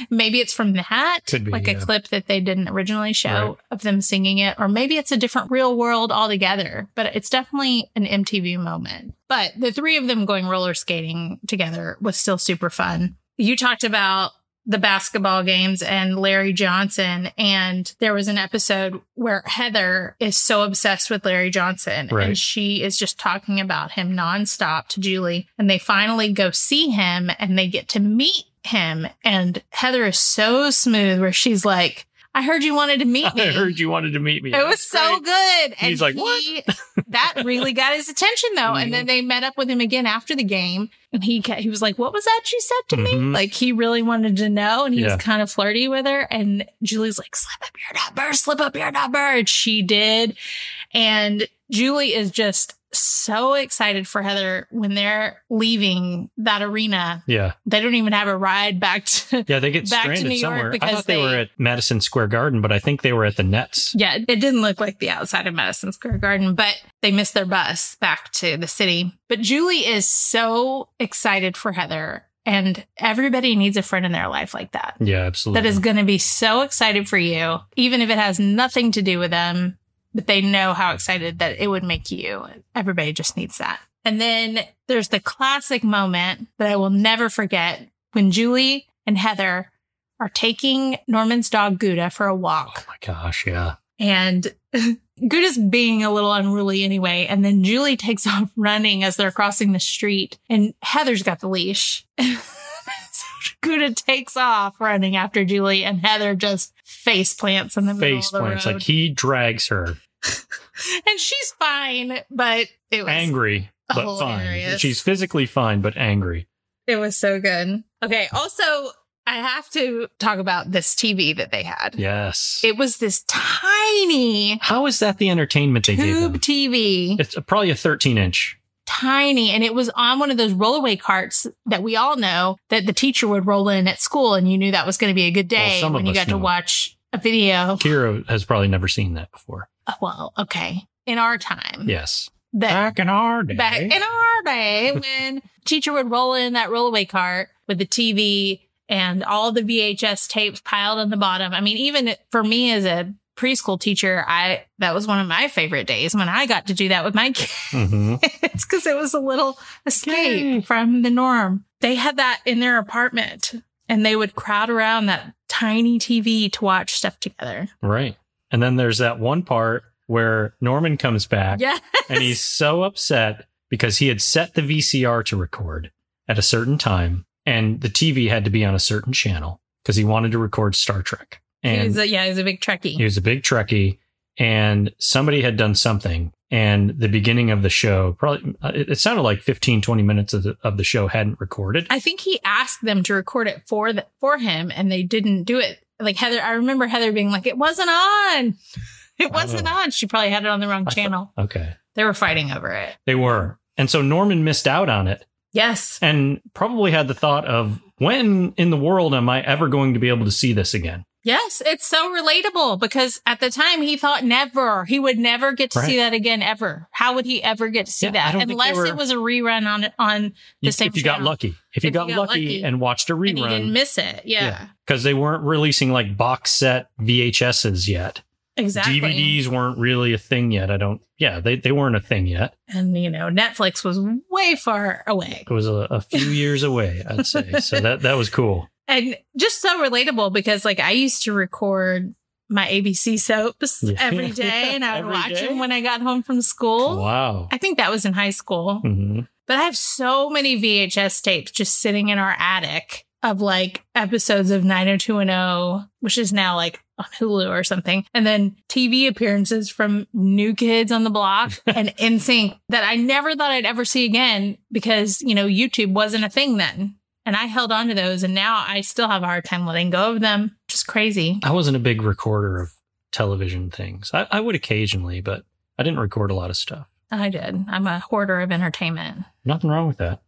maybe it's from that, Could be, like yeah. a clip that they didn't originally show Right. of them singing it, or maybe it's a different real world altogether, but it's definitely an MTV moment. But the three of them going roller skating together was still super fun. You talked about the basketball games and Larry Johnson. And there was an episode where Heather is so obsessed with Larry Johnson Right. and she is just talking about him nonstop to Julie. And they finally go see him and they get to meet him. And Heather is so smooth where she's like, I heard you wanted to meet *laughs* *laughs* me. I heard you wanted to meet me. It was so good. He's like, "What?" *laughs* Mm-hmm. that really got his attention though. And then they met up with him again after the game. And he ca- he was like, What was that you said to me? Mhm. Like he really wanted to know. And he Yeah. was kind of flirty with her. And Julie's like, slip up your number, slip up your number. And she did. And Julie is just so excited for Heather when they're leaving that arena. Yeah. They don't even have a ride back *laughs* to Yeah, they get Back to stranded New York somewhere. I because thought they, they- were at Madison Square Garden, but I think they were at the Nets. Yeah, it didn't look like the outside of Madison Square Garden, but they missed their bus back to the city. But Julie is so excited for Heather, and everybody needs a friend in their life like that. Yeah, absolutely. That is going to be so excited for you, even if it has nothing to do with them, but they know how excited that it would make you. Everybody just needs that. And then there's the classic moment that I will never forget when Julie and Heather are taking Norman's dog Gouda for a walk. Oh my gosh, yeah. And *laughs* Good is being a little unruly anyway. And then Julie takes *laughs* off running as they're crossing the street, and Heather's got the leash. *laughs* so Gouda takes off running after Julie, and Heather just face plants in the middle Face of the plants. road. Like he drags her. and she's fine, but it was Angry, but fine. hilarious. She's physically fine, but angry. it was so good. Okay, also I have to talk about this TV that they had. Yes. It was this tiny How is that the entertainment they gave them? tube TV. It's probably a 13 inch. tiny and it was on one of those rollaway carts that we all know that the teacher would roll in at school and you knew that was going to be a good Well, day some of when you us got know. to watch a video oh, Kira has probably never seen that before. well okay in our time Yes. that in our day. back *laughs* in our *laughs* day when teacher would roll in that rollaway cart with the tv and all the vhs tapes piled on the bottom i mean even for me as a preschool teacher i that was one of my favorite days when i got to do that with my *laughs* kids Mhm. it's because it was a little escape from the norm. They had that in their apartment and they would crowd around that tiny TV to watch stuff together. Right. And then there's that one part where Norman comes back. Yeah. and he's so upset because he had set the VCR to record at a certain time and the TV had to be on a certain channel because he wanted to record Star Trek. He And was a, yeah, he was a big Trekkie. he was a big Trekkie and somebody had done something and the beginning of the show probably uh, it, it sounded like 15 20 minutes of the, of the show hadn't recorded. I think he asked them to record it for the, for him and they didn't do it. Like Heather, I remember Heather being like, it wasn't on. *laughs* It wasn't on. She probably had it on the wrong I thought- channel. Okay. they were fighting over it. They were. And so Norman missed out on it Yes. and probably had the thought of when in the world am I ever going to be able to see this again? Yes. It's so relatable because at the time he thought never, he would never get to see Right. that again ever. How would he ever get to see Yeah, I that? don't think they Unless were- it was a rerun on on the You- same if you got channel. lucky. If you got, lucky, and watched a and he didn't rerun miss it. Yeah. because they weren't releasing like box set VHSs yet. Exactly. DVDs weren't really a thing yet. I don't. Yeah, they, they weren't a thing yet. And you know, Netflix was way far away. It was a, a *laughs* few years away, I'd say. So that that was cool. and just so relatable because like I used to record my ABC *laughs* soaps Yeah. every day and I would Every watch day? them when I got home from school. Wow. I think that was in high school. hmm But I have so many VHS tapes just sitting in our attic of like episodes of 90210, which is now like on Hulu or something, and then TV appearances from New Kids on the Block and NSYNC that I never thought I'd ever see again because, you know, YouTube wasn't a thing then. And I held on to those and now I still have a hard time letting go of them. Just crazy. I wasn't a big recorder of television things. I, I would occasionally, but I didn't record a lot of stuff. I did. I'm a hoarder of entertainment. *laughs* Nothing wrong with that.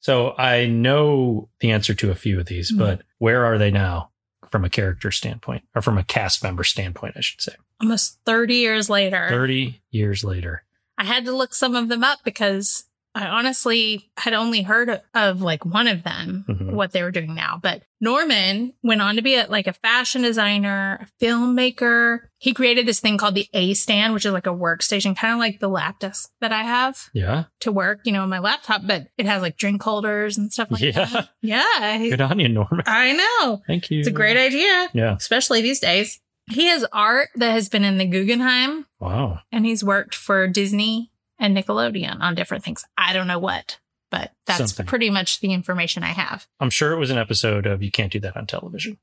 So I know the answer to a few of these, Mhm. but where are they now from a character standpoint or from a cast member standpoint, I should say? Almost 30 years later. 30 years later. I had to look some of them up because I honestly had only heard of, of like one of them, Mhm. what they were doing now. But Norman went on to be a, like a fashion designer, a filmmaker. He created this thing called the A stand, which is like a workstation, kind of like the lap desk that I have Yeah. to work, you know, on my laptop, but it has like drink holders and stuff like Yeah. that. *laughs* Yeah. he- Good on you, *laughs* Norman. I know. Thank you. It's a great idea, Yeah. especially these days. He has art that has been in the Guggenheim Wow. and he's worked for Disney and Nickelodeon on different things. I don't know what, but that's Something. pretty much the information I have. *laughs* I'm sure it was an episode of You Can't Do That on Television.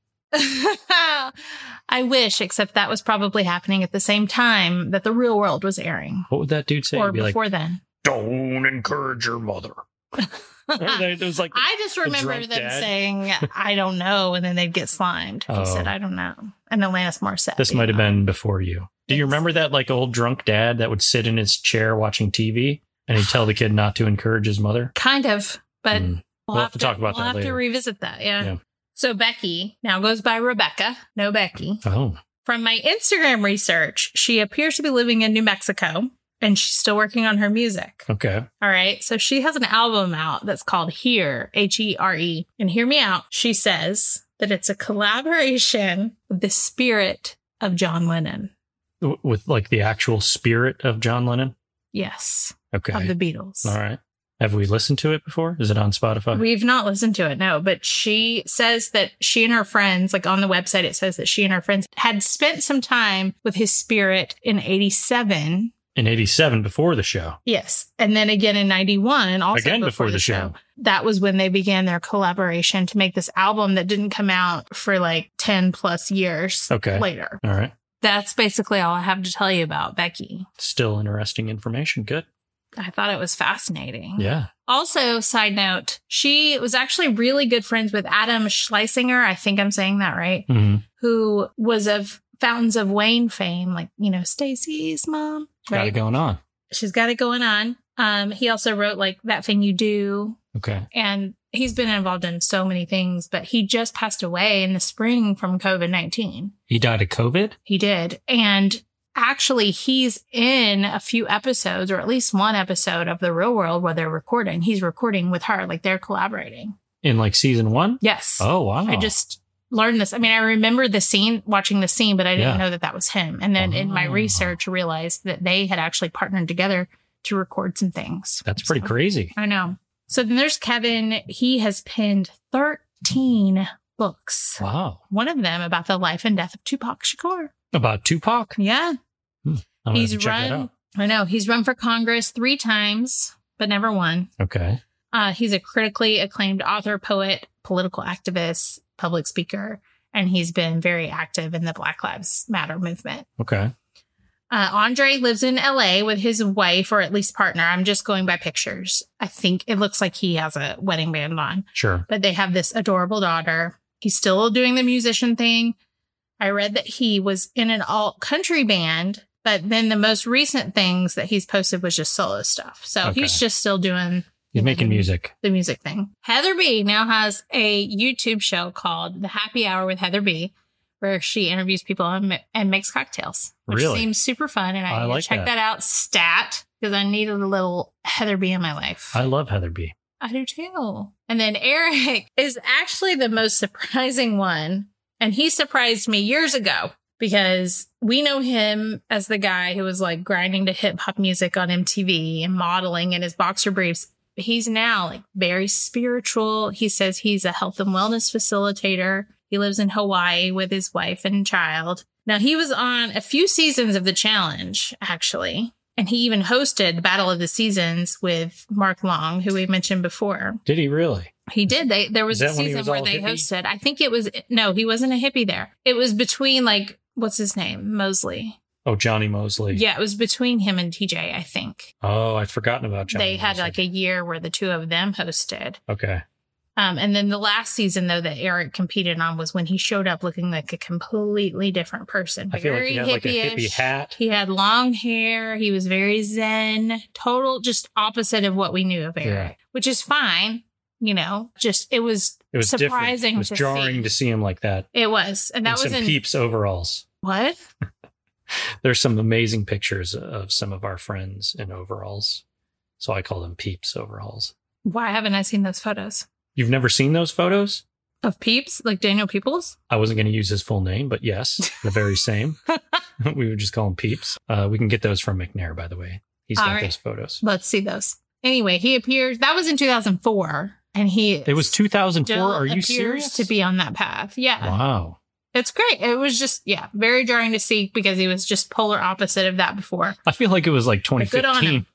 I wish, except that was probably happening at the same time that the real world was airing What would that dude say? or He'd be like, before then. don't encourage your *laughs* mother. Remember that- there was like, I just remember drunk them dad? saying, I don't know. And then they'd get slimed. If Oh. He said, I don't know. And Alanis Morissette. this being might have on. been before you. Do you Yes. remember that like old drunk dad that would sit in his chair watching TV and he'd tell the kid not to encourage his mother? Kind of, but Mm. We'll have to talk about we'll that have later. to revisit that. Yeah. Yeah. So Becky now goes by Rebecca. No Becky. Oh, From my Instagram research, she appears to be living in New Mexico and she's still working on her music. okay. All right. So she has an album out that's called Here, H E R E. And hear me out. She says that it's a collaboration with the spirit of John Lennon. W- with like the actual spirit of John Lennon? Yes. Okay. Of the Beatles. All right. Have we listened to it before? Is it on Spotify? We've not listened to it, no, but she says that she and her friends, like on the website, it says that she and her friends had spent some time with his spirit in 87 in 87 before the show. Yes. And then again in 91, also Again before the show. That was when they began their collaboration to make this album that didn't come out for like 10 plus years Okay. later. All right. That's basically all I have to tell you about Becky. Still interesting information. Good. I thought it was fascinating. Yeah. Also, side note, she was actually really good friends with Adam Schleisinger. I think I'm saying that right. hmm Who was of Fountains of Wayne fame, like, you know, Stacy's mom. Got it Right. going on. She's got it going on. Um, he also wrote like that thing you do, Okay. and he's been involved in so many things, but he just passed away in the spring from COVID 19. He died of COVID? He did. And actually, he's in a few episodes, or at least one episode of The Real World where they're recording. He's recording with her, like they're collaborating. in like season one. Yes. Oh wow! I just learned this. I mean, I remember the scene, watching the scene, but I didn't Yeah. know that that was him. And then in my Oh. research, realized that they had actually partnered together to record some things. that's pretty So- crazy. I know. So then there's Kevin. He has penned 13 books. Wow, One of them about the life and death of Tupac Shakur. about Tupac. Yeah. I'm gonna have He's to check that run. out. I know. He's run for Congress three times, but never won. Okay, Uh, he's a critically acclaimed author, poet, political activist, public speaker, and he's been very active in the Black Lives Matter movement. okay. Uh, Andre lives in LA with his wife, or at least partner. I'm just going by pictures. I think it looks like he has a wedding band on. Sure. but they have this adorable daughter. He's still doing the musician thing. I I read that he was in an alt country band, but then the most recent things that he's posted was just solo stuff. So Okay. he's just still doing He's making music. the music thing. Heather B now has a YouTube show called The Happy Hour with Heather B, where she interviews people and, ma- and makes cocktails, which Really? seems super fun. And I I, need like to check that. that. out stat because I needed a little Heather B in my life. I love Heather B. I do too. And then Eric *laughs* is actually the most surprising one. And he surprised me years ago because we know him as the guy who was like grinding to hip hop music on MTV and modeling in his boxer briefs. He's now like very spiritual. He says he's a health and wellness facilitator. He lives in Hawaii with his wife and child. Now, he was on a few seasons of The Challenge, actually. And he even hosted Battle of the Seasons with Mark Long, who we mentioned before. Did he really? He did. They there was Is that a when he season was where all they hippie? hosted. I think it was no, he wasn't a hippie there. It was between like what's his name? Mosley. Oh, Johnny Mosley. Yeah, it was between him and TJ, I think. Oh, I'd forgotten about Johnny. they had like a year where the two of them hosted. a okay. Um, and then the last season though that Eric competed on was when he showed up looking like a completely different person. I feel like he had like a hippie hippie-ish. hat. He had long hair. He was very zen, total, just opposite of what we knew of Eric, which is fine. You know, just it was, It was different. surprising. It was to jarring see. to see him like that. It was, and and that was some in peeps overalls. what? There's some amazing pictures of some of our friends in overalls. So I call them peeps overalls. Why haven't I seen those photos You've never seen those photos? of Peeps, like Daniel Peoples? I wasn't going to use his full name, but yes, the very *laughs* same. *laughs* we would just call him Peeps. Uh, we can get those from McNair, by the way. He's All got right. those photos. Let's see those. Anyway, he appears. That was in 2004, and he It was 2004. still Are you appears serious? to be on that path? Yeah, Wow. it's great. It was just yeah, very jarring to see because he was just polar opposite of that before. I feel like it was like But good on 2015.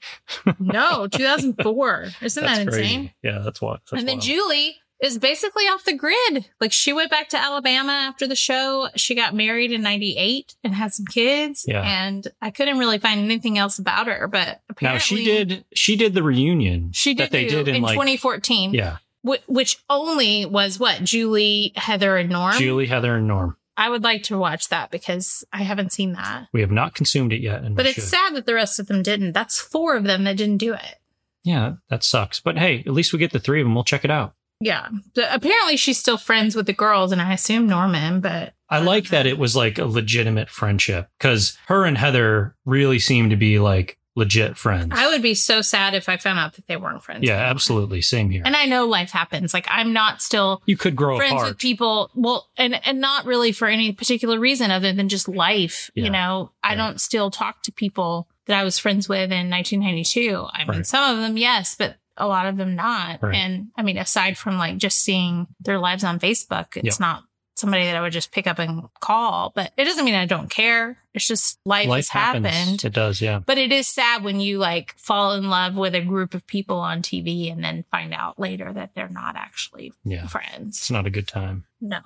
him. *laughs* No, 2004. Isn't that That's insane? crazy. Yeah, that's what. That's and then wild. Julie is basically off the grid. Like she went back to Alabama after the show. She got married in 98 and had some kids. Yeah. And I couldn't really find anything else about her, but apparently Now she did. She did the reunion. She did that they do did in, like 2014, yeah. wh- which only was what Julie, Heather, and Norm. Julie, Heather, and Norm. I would like to watch that because I haven't seen that. We have not consumed it yet, and But we it's should. sad that the rest of them didn't. That's four of them that didn't do it. yeah, that sucks. But hey, at least we get the three of them. We'll check it out. Yeah. But apparently she's still friends with the girls and I assume Norman, but I like that it was like a legitimate friendship because her and Heather really seem to be like legit friends. I would be so sad if I found out that they weren't friends. yeah, absolutely. Same here. And I know life happens. Like I'm not still you could grow friends apart. with people. Well, and and not really for any particular reason other than just life. Yeah. You know, I Right. don't still talk to people that I was friends with in 1992. I mean, Right. some of them yes, but a lot of them not. Right. And I mean, aside from like just seeing their lives on Facebook, it's Yep. not somebody that I would just pick up and call. But it doesn't mean I don't care. It's just life, has happened. It does. Yeah. But it is sad when you like fall in love with a group of people on TV and then find out later that they're not actually Yeah. It's friends. not a good time. No.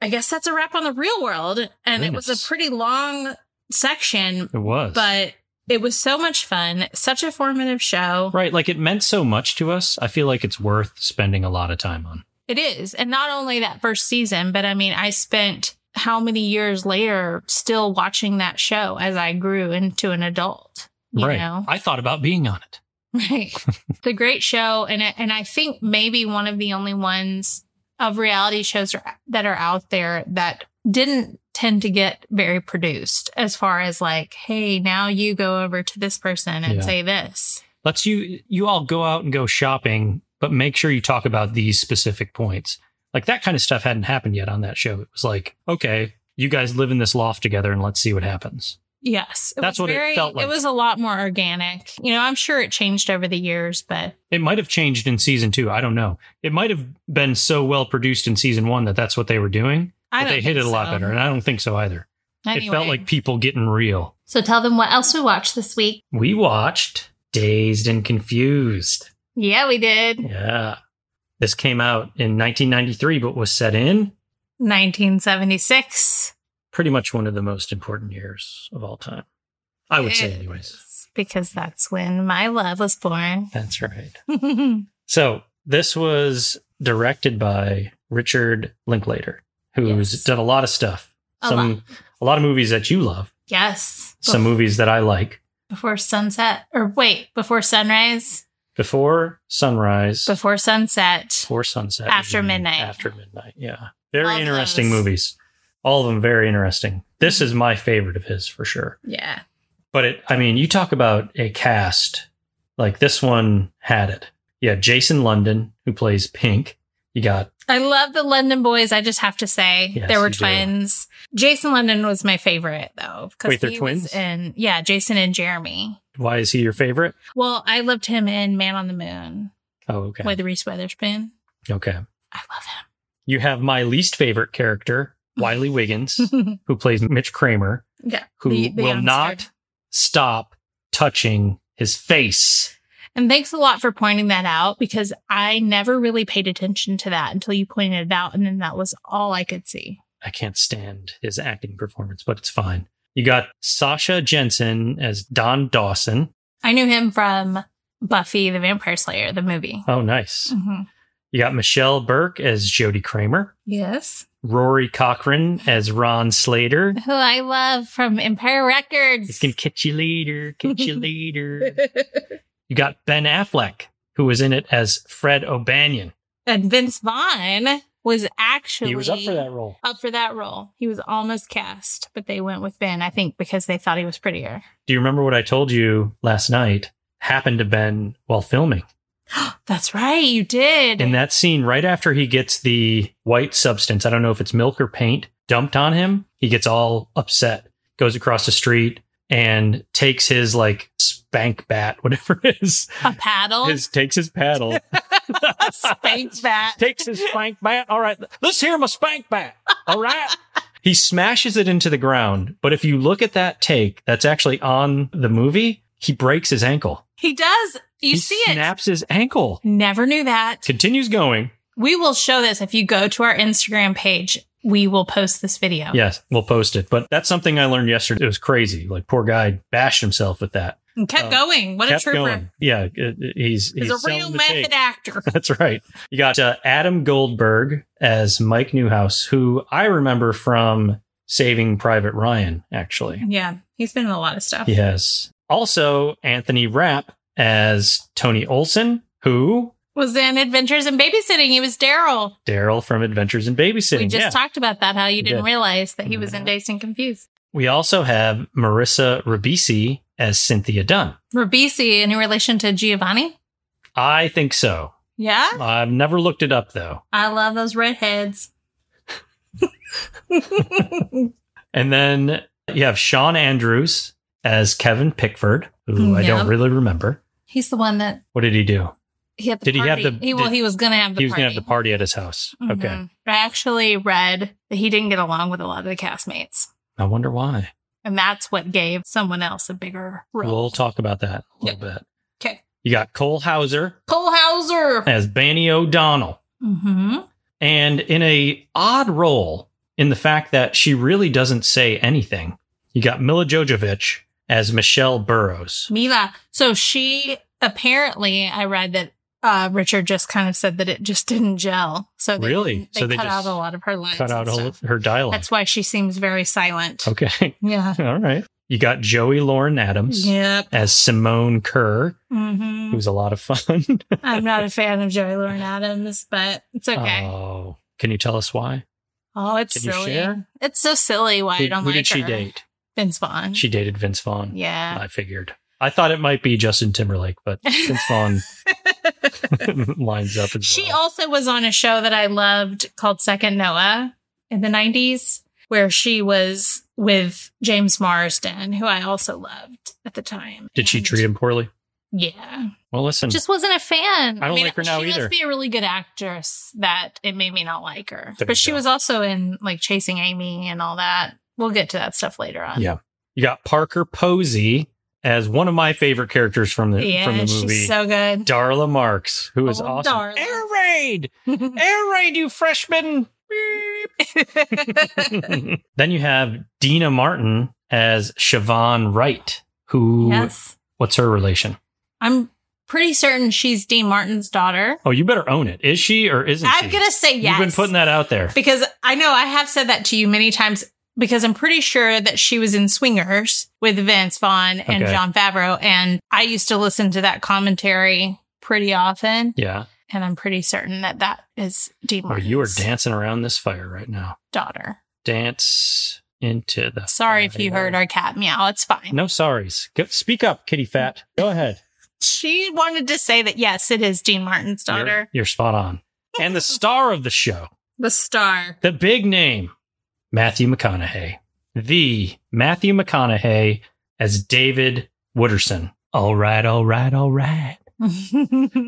I guess that's a wrap on the real world. And it was Goodness. a pretty long section, It was. but it was so much fun. Such a formative show. right, like it meant so much to us. I feel like it's worth spending a lot of time on. It is. And not only that first season, but I mean, I spent how many years later still watching that show as I grew into an adult. You right. know? I thought about being on it. Right. it's a great show. And, I- and I think maybe one of the only ones of reality shows are- that are out there that didn't tend to get very produced as far as like, hey, now you go over to this person and Yeah. say this. Let's you you all go out and go shopping, but make sure you talk about these specific points. Like that kind of stuff hadn't happened yet on that show. It was like, okay, you guys live in this loft together and let's see what happens. Yes. That's what was it felt like. It was a lot more organic. You know, I'm sure it changed over the years, but It might have changed in season 2, I don't know. It might have been so well produced in season 1 that that's what they were doing, but I don't they hit think it a lot so. better and I don't think so either. It felt Anyway. like people getting real. So tell them what else we watched this week. We watched Dazed and Confused. Yeah, we did. Yeah. This came out in 1993, but was set in 1976. pretty much one of the most important years of all time. I would say, anyways. Because that's when my love was born. That's right. yeah. So this was directed by Richard Linklater, who's Yes. done a lot of stuff. A some lot. a lot of movies that you love, *laughs* Yes. some movies that I like. before sunset, or wait, before sunrise, Before sunrise, before, before sunset. sunset, After mm, midnight. after midnight. Yeah, very Love interesting those. Mm-hmm. movies. All of them very interesting. This is my favorite of his for sure. Yeah. But it, I mean, you talk about a cast like this one had it. Yeah, Jason London who plays Pink. You got I love the London boys. I just have to say Yes, there were you do. twins. Jason London was my favorite though. 'cause Wait, they're he was twins? In, yeah, Jason and Jeremy. why is he your favorite? Well, I loved him in Man on the Moon Oh, okay, with Reese Witherspoon. okay. I love You have my least favorite character, Wiley Wiggins, him. who plays Mitch Kramer, yeah. who The- the will youngster. not stop touching his face. And thanks a lot for pointing that out because I never really paid attention to that until you pointed it out. And then that was all I could see. I can't stand his acting performance, but it's fine. You got Sasha Jensen as Don Dawson. I knew him from Buffy the Vampire Slayer, the movie. Oh, nice. Mhm. You got Michelle Burke as Jodie Kramer. Yes. Rory Cochran as Ron *laughs* Slater. Who I love from Empire Records. It's gonna catch you later, catch you *laughs* later. You got Ben Affleck, who was in it as Fred O'Banion. and Vince Vaughn was actually He was up for that role. up for that role. He was almost cast, but they went with Ben, I think, because they thought he was prettier. Do you remember what I told you last night happened to Ben while filming? That's right, you did. In that scene, right after he gets the white substance, I don't know if it's milk or paint, dumped on him, he gets all upset, goes across the street and takes his like spank bat, *laughs* whatever it is, a paddle, his, takes his paddle. a *laughs* *laughs* spank bat. takes his spank bat. All right, let's hear him a spank bat. All right. he smashes it into the ground. But if you look at that take that's actually on the movie, he breaks his ankle. He does. You he see it. snaps his ankle. Never knew that. Continues going. We will show this if you go to our Instagram page. We will post this video. Yes, we'll post it. But that's something I learned yesterday. It was crazy. Like poor guy bashed himself with that. And kept Um, going. What a Kept trooper. going. Yeah, it- it- he's he's, He's a selling real the method tape. actor. *laughs* That's right. You got uh, Adam Goldberg as Mike Newhouse, who I remember from Saving Private Ryan, actually. yeah. He's been in a lot of stuff. Yes. Also, Anthony Rapp as Tony Olson, who Was in Adventures in Babysitting. He was Daryl. Daryl from Adventures in Babysitting. We just yeah. talked about that, how you didn't did. Mm-hmm. realize that he was in Dazed and Confused. we also have Marissa Ribisi as Cynthia Dunn. Rabisi in relation to Giovanni. I think so. Yeah. I've never looked it up though. I love those redheads. And then you have Sean Andrews as Kevin Pickford, who I don't Yeah. really remember. He's the one that What did he do? he had the Did he have party. the- well, did- he was going to have the he was party. going to have the party at his house. Okay. Mhm. I actually read that he didn't get along with a lot of the castmates. I wonder why. And that's what gave someone else a bigger We'll role. talk about that a little bit. 'Kay. You got Cole Hauser Cole Hauser. as Banny O'Donnell. hmm and in a odd role in the fact that she really doesn't say anything. You got Mila Jojovic as Michelle Burrows. Mila. So she apparently, I read that uh, Richard just kind of said that it just didn't gel. So they, Really? they So they cut out just a lot of her lines. Cut out and all stuff. her dialogue. That's why she seems very silent. okay. *laughs* Yeah. all right. You got Joey Lauren Adams Yep. as Simone Kerr, hmm who's a lot of fun. I'm not a fan of Joey Lauren Adams, but it's *laughs* okay. Oh, can you tell us why? oh, it's Can you silly. share? It's so silly why who I don't who like did she her. date? Vince Vaughn. She dated Vince Vaughn. yeah. I figured. I thought it might be Justin Timberlake, but Vince *laughs* Vaughn *laughs* lines up. As She well. also was on a show that I loved called Second Noah in the 90s, where she was with James Marsden, who I also loved at the time. Did she And- treat him poorly? Yeah. Well, listen. Just wasn't a fan. I don't like her now She either. must be a really good actress that it made me not like her. There you but she go. was also in like Chasing Amy and all that. We'll get to that stuff later on. Yeah. You got Parker Posey as one of my favorite characters from the Yeah, from the movie. she's so good. Darla Marks, who is Oh, awesome. Darla. Air raid! Air raid, you freshman! *laughs* *laughs* Beep. then you have Dina Martin as Siobhan Wright, who yes. what's her relation? I'm pretty certain she's Dean Martin's daughter. Oh, you better own it. Is she or isn't she? I'm going to say yes. You've been putting that out there. because I know I have said that to you many times. because I'm pretty sure that she was in Swingers with Vince Vaughn and Okay. John Favreau. And I used to listen to that commentary pretty often. Yeah. And I'm pretty certain that that is D. Oh, you are dancing around this fire right now. daughter. Dance into the. Sorry if you fire. heard our cat meow. It's fine. No sorries. Go, speak up, kitty fat. Go ahead. She wanted to say that, yes, it is Dean Martin's You're- daughter. You're, spot on. And the star of the show, The *laughs* star. the big name, Matthew McConaughey. The Matthew McConaughey as David Wooderson. All right, all right, all right.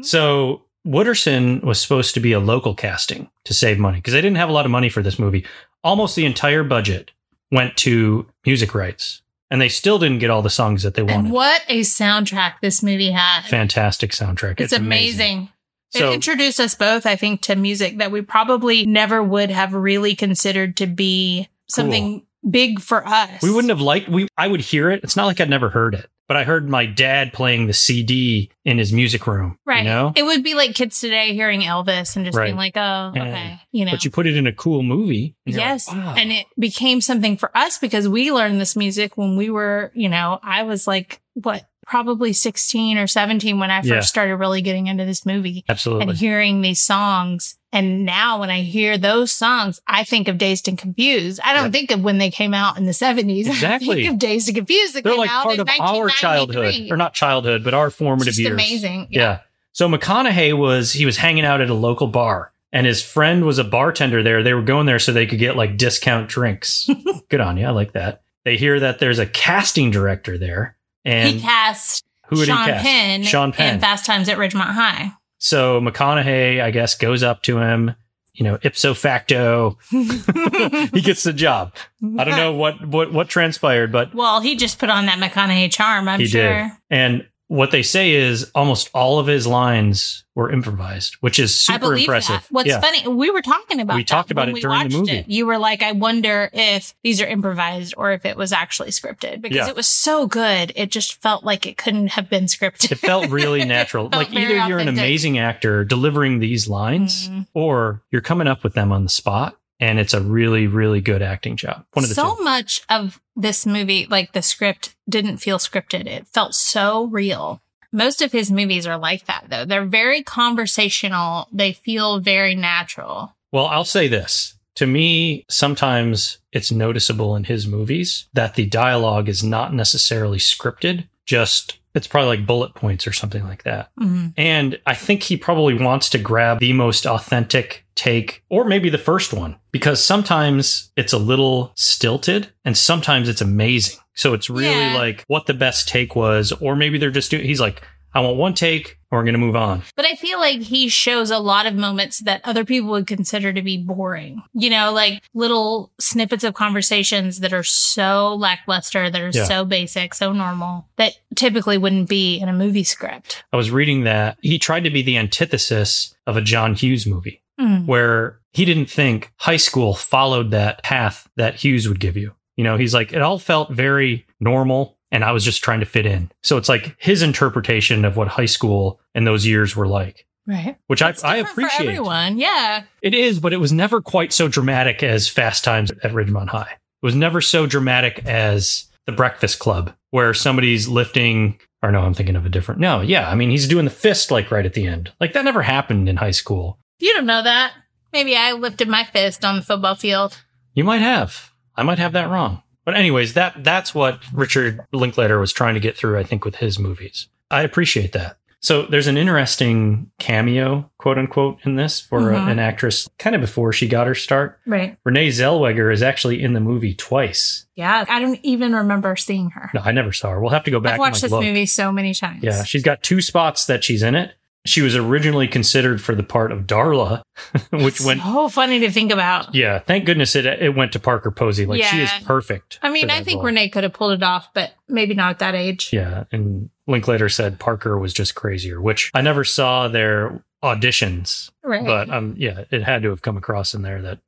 So Wooderson was supposed to be a local casting to save money because they didn't have a lot of money for this movie. Almost the entire budget went to music rights, and they still didn't get all the songs that they and wanted. what a soundtrack this movie had. Fantastic soundtrack. it's, amazing. So- it introduced us both, I think, to music that we probably never would have really considered to be something big for us. We wouldn't have liked we I would hear it. It's not like I'd never heard it. But I heard my dad playing the CD in his music room. Right. You know? It would be like kids today hearing Elvis and just Right. being like, oh, Yeah. okay. You know. But you put it in a cool movie. and you're like, yes. wow. And it became something for us because we learned this music when we were, you know, I was like, what, probably 16 or 17 when I first Yeah. started really getting into this movie Absolutely. and hearing these songs. And now when I hear those songs, I think of Dazed and Confused. I don't Right. think of when they came out in the 70s. *laughs* I Exactly. think of Dazed and Confused. That They're came like out part in of our 1993. childhood. Or not childhood, but our It's formative just years. amazing. Yeah. So McConaughey was he was hanging out at a local bar and his friend was a bartender there. They were going there so they could get like discount *laughs* drinks. Good on you. I like that. They hear that there's a casting director there. And he cast who did Sean he cast? Penn, Sean Penn. in Fast Times at Ridgemont High. So McConaughey, I guess, goes up to him, you know, ipso *laughs* facto, he gets the job. I don't know what what what transpired, but Well, he just put on that McConaughey charm, I'm he sure. did. And what they say is almost all of his lines were improvised, which is I super believe impressive. that. What's yeah. funny, we were talking about We that talked about when it we during the watched movie. it. You were like, I wonder if these are improvised or if it was actually scripted because Yeah. it was so good. It just felt like it couldn't have been scripted. It felt *laughs* really natural. felt like either very you're an authentic. amazing actor delivering these lines Mhm. or you're coming up with them on the spot and it's a really really good acting job. One of the so two. much of this movie, like the script, didn't feel scripted. It felt so real. Most of his movies are like that, though. They're very conversational. They feel very natural. Well, I'll say this. To me, sometimes it's noticeable in his movies that the dialogue is not necessarily scripted, just it's probably like bullet points or something like that. Mhm. And I think he probably wants to grab the most authentic take, or maybe the first one, because sometimes it's a little stilted and sometimes it's amazing. So it's really Yeah. like what the best take was, or maybe they're just doing, he's like, I want one take, and we're going to move on. But I feel like he shows a lot of moments that other people would consider to be boring. You know, like little snippets of conversations that are so lackluster, that are Yeah. so basic, so normal, that typically wouldn't be in a movie script. I was reading that he tried to be the antithesis of a John Hughes movie, Mm. where he didn't think high school followed that path that Hughes would give you. You know, he's like, it all felt very normal, and I was just trying to fit in. So it's like his interpretation of what high school and those years were like, Right. which I, It's I different For appreciate. everyone. Yeah. It is, but it was never quite so dramatic as Fast Times at Ridgemont High. It was never so dramatic as The Breakfast Club, where somebody's lifting. Or no, I'm thinking of a different. No, yeah, I mean he's doing the fist like right at the end. Like that never happened in high school. You don't know that. Maybe I lifted my fist on the football field. You might have. I might have that wrong. But anyways, that that's what Richard Linklater was trying to get through, I think, with his movies. I appreciate that. So there's an interesting cameo, quote unquote, in this for a- Mhm. an actress kind of before she got her start. Right. Renee Zellweger is actually in the movie twice. Yeah. I don't even remember seeing her. No, I never saw her. We'll have to go back. I've and, watched this like, look. movie so many times. Yeah, she's got two spots that she's in it. She was originally considered for the part of Darla, *laughs* which went. so funny to think about. Yeah, thank goodness it it went to Parker Posey. Like she is Yeah. perfect. I for mean, I that think role. Renee could have pulled it off, but maybe not at that age. Yeah, and Linklater said Parker was just crazier, which I never saw their auditions, Right. but um, yeah, it had to have come across in there that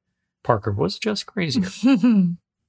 Parker was just crazier.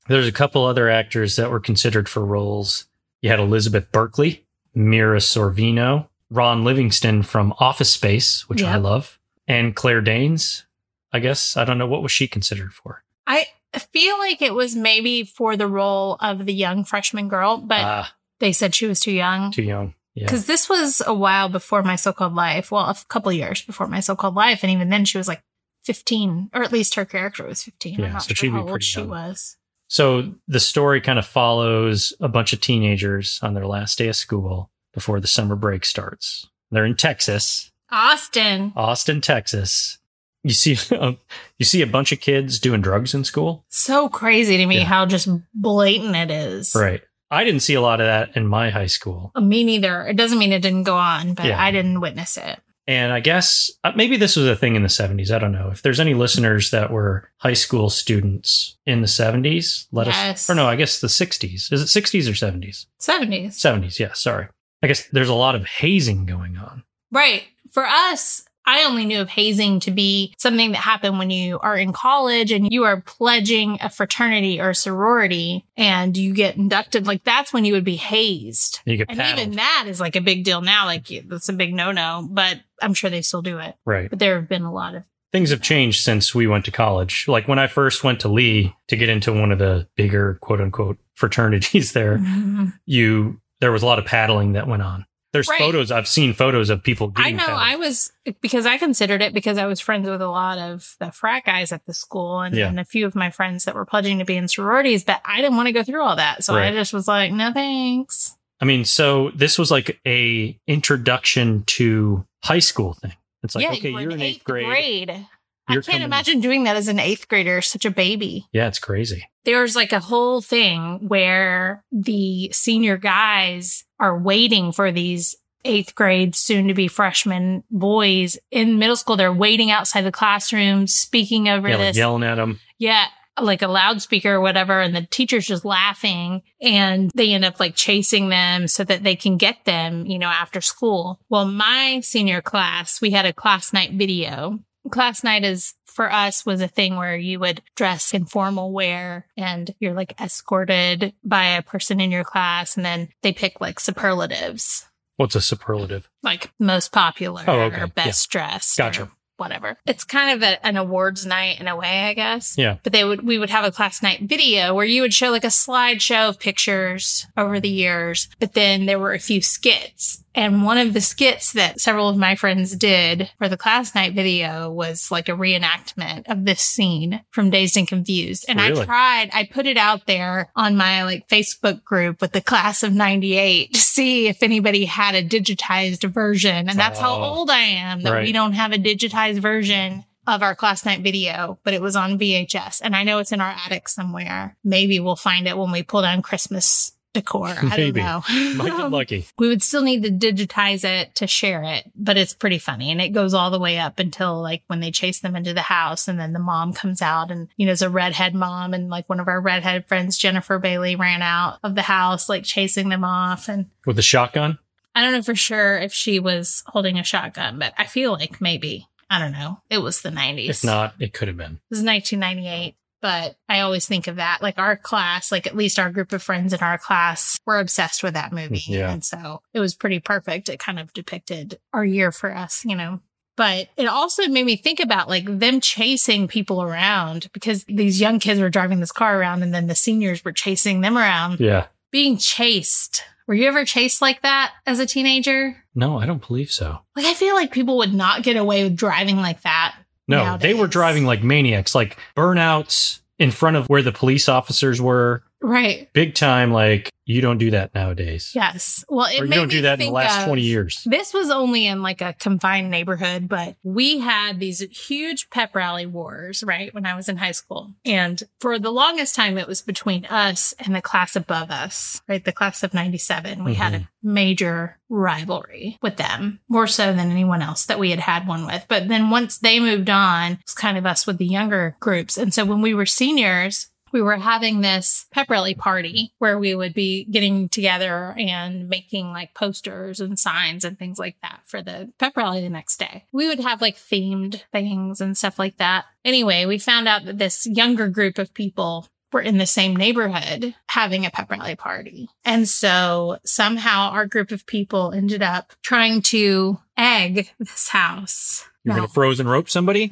There's a couple other actors that were considered for roles. You had Elizabeth Berkley, Mira Sorvino, Ron Livingston from Office Space, which I Yep. love, and Claire Danes. I guess I don't know what was she considered for. I *laughs* I feel like it was maybe for the role of the young freshman girl, but Ah, they said she was too young. too young. Yeah. Because this was a while before my so called life. Well, a couple years before my so called life. And even then, she was like 15, or at least her character was 15. Yeah, I'm not so she'd sure be how old pretty she young. was. So the story kind of follows a bunch of teenagers on their last day of school before the summer break starts. They're in Texas, Austin. Austin, Texas. You see, *laughs* um, you see a bunch of kids doing drugs in school. So crazy to me Yeah. how just blatant it is. Right. I didn't see a lot of that in my high school. Me neither. It doesn't mean it didn't go on, but Yeah. I didn't witness it. And I guess uh, maybe this was a thing in the 70s. I don't know. If there's any listeners that were high school students in the 70s, let Yes. us, or no, I guess the 60s. Is it 60s or 70s? 70s. 70s. Yeah. Sorry. I guess there's a lot of hazing going on. Right. For us, I only knew of hazing to be something that happened when you are in college and you are pledging a fraternity or sorority and you get inducted. Like that's when you would be hazed. You get And paddled. even that is like a big deal now. Like that's a big no no, but I'm sure they still do it. right. But there have been a lot of Things have changed since we went to college. Like when I first went to Lee to get into one of the bigger quote unquote fraternities *laughs* *laughs* there, Mm-hmm. you, there was a lot of paddling that went on. There's Right. photos. I've seen photos of people I getting know paddled. I was because I considered it because I was friends with a lot of the frat guys at the school and, Yeah. and a few of my friends that were pledging to be in sororities, but I didn't want to go through all that. So I Right. just was like, no thanks. I mean, so this was like a introduction to high school thing. It's like, yeah, okay, you you were are in in eighth grade. I You're can't coming- imagine doing that as an eighth grader, such a baby. Yeah, it's crazy. There's like a whole thing where the senior guys are waiting for these eighth grade, soon to be freshmen boys in middle school. They're waiting outside the classroom, speaking over Yeah, like this yelling at them. yeah, like a loudspeaker or whatever, and the teacher's just laughing, and they end up like chasing them so that they can get them, you know, after school. Well, my senior class, we had a class night video. Class night is for us was a thing where you would dress in formal wear and you're like escorted by a person in your class, and then they pick like superlatives, What's a superlative? like most popular Oh, okay. or best dressed. or Gotcha. whatever. It's kind of a, an awards night in a way, I guess. Yeah. But they would we would have a class night video where you would show like a slideshow of pictures over the years, but then there were a few skits. And one of the skits that several of my friends did for the class night video was like a reenactment of this scene from Dazed and Confused. And I Really? tried, I put it out there on my like Facebook group with the class of 98 to see if anybody had a digitized version. And that's how Oh. old I am that we Right. don't have a digitized version of our class night video, but it was on VHS. And I know it's in our attic somewhere. Maybe we'll find it when we pull down Christmas decor. I don't Maybe. know. *laughs* Might get Um, lucky. we would still need to digitize it to share it, but it's pretty funny. And it goes all the way up until like when they chase them into the house and then the mom comes out and, you know, it's a redhead mom and like one of our redhead friends, Jennifer Bailey, ran out of the house, like chasing them off. And With a shotgun? I don't know for sure if she was holding a shotgun, but I feel like maybe. I don't know. It was the 90s. If not, it could have been. It was 1998. But I always think of that. Like our class, like at least our group of friends in our class were obsessed with that movie. Yeah. And so it was pretty perfect. It kind of depicted our year for us, you know. But it also made me think about like them chasing people around because these young kids were driving this car around and then the seniors were chasing them around. Yeah. Being chased. Were you ever chased like that as a teenager? No, I don't believe so. Like I feel like people would not get away with driving like that. No, they Nowadays. were driving like maniacs, like burnouts in front of where the police officers were. Right. Big time, like, you don't do that nowadays. Yes. Well, it or you made don't me do that in the think last of- 20 years. This was only in like a confined neighborhood, but we had these huge pep rally wars, right? When I was in high school. And for the longest time, it was between us and the class above us, right? The class of 97. We had a major rivalry with them, more so than anyone else that we had had one with. But then once they moved on, it was kind of us with the younger groups. And so when we were seniors, we were having this pep rally party where we would be getting together and making like posters and signs and things like that for the pep rally the next day. We would have like themed things and stuff like that. Anyway, we found out that this younger group of people were in the same neighborhood having a pep rally party. And so somehow our group of people ended up trying to egg this house. *laughs* You're going to frozen rope somebody?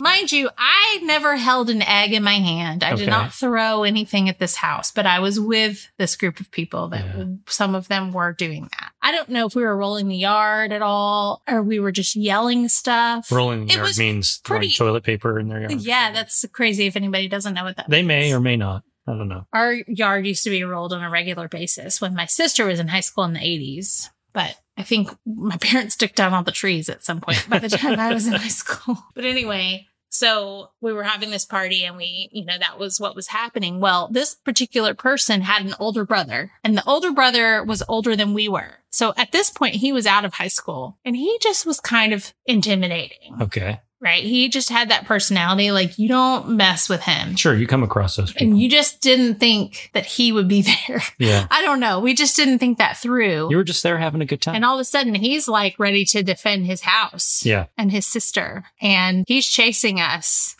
Mind you, I never held an egg in my hand. I Okay. did not throw anything at this house, but I was with this group of people that Yeah. some of them were doing that. I don't know if we were rolling the yard at all or we were just yelling stuff. Rolling It the yard was means pretty- throwing toilet paper in their yard. yeah, that's crazy if anybody doesn't know what that They means. may or may not. I don't know. our yard used to be rolled on a regular basis when my sister was in high school in the 80s. But I think my *laughs* parents took down all the trees at some point by the time I was in high school. *laughs* But anyway, so we were having this party and we, you know, that was what was happening. Well, this particular person had an older brother and the older brother was older than we were. So at this point, he was out of high school and he just was kind of intimidating, Okay. right? He just had that personality. Like you don't mess with him. Sure. You come across those people. And you just didn't think that he would be *laughs* there. yeah. I don't know. We just didn't think that through. You were just there having a good time. and all of a sudden, he's like ready to defend his house yeah. and his sister. And he's *laughs* chasing us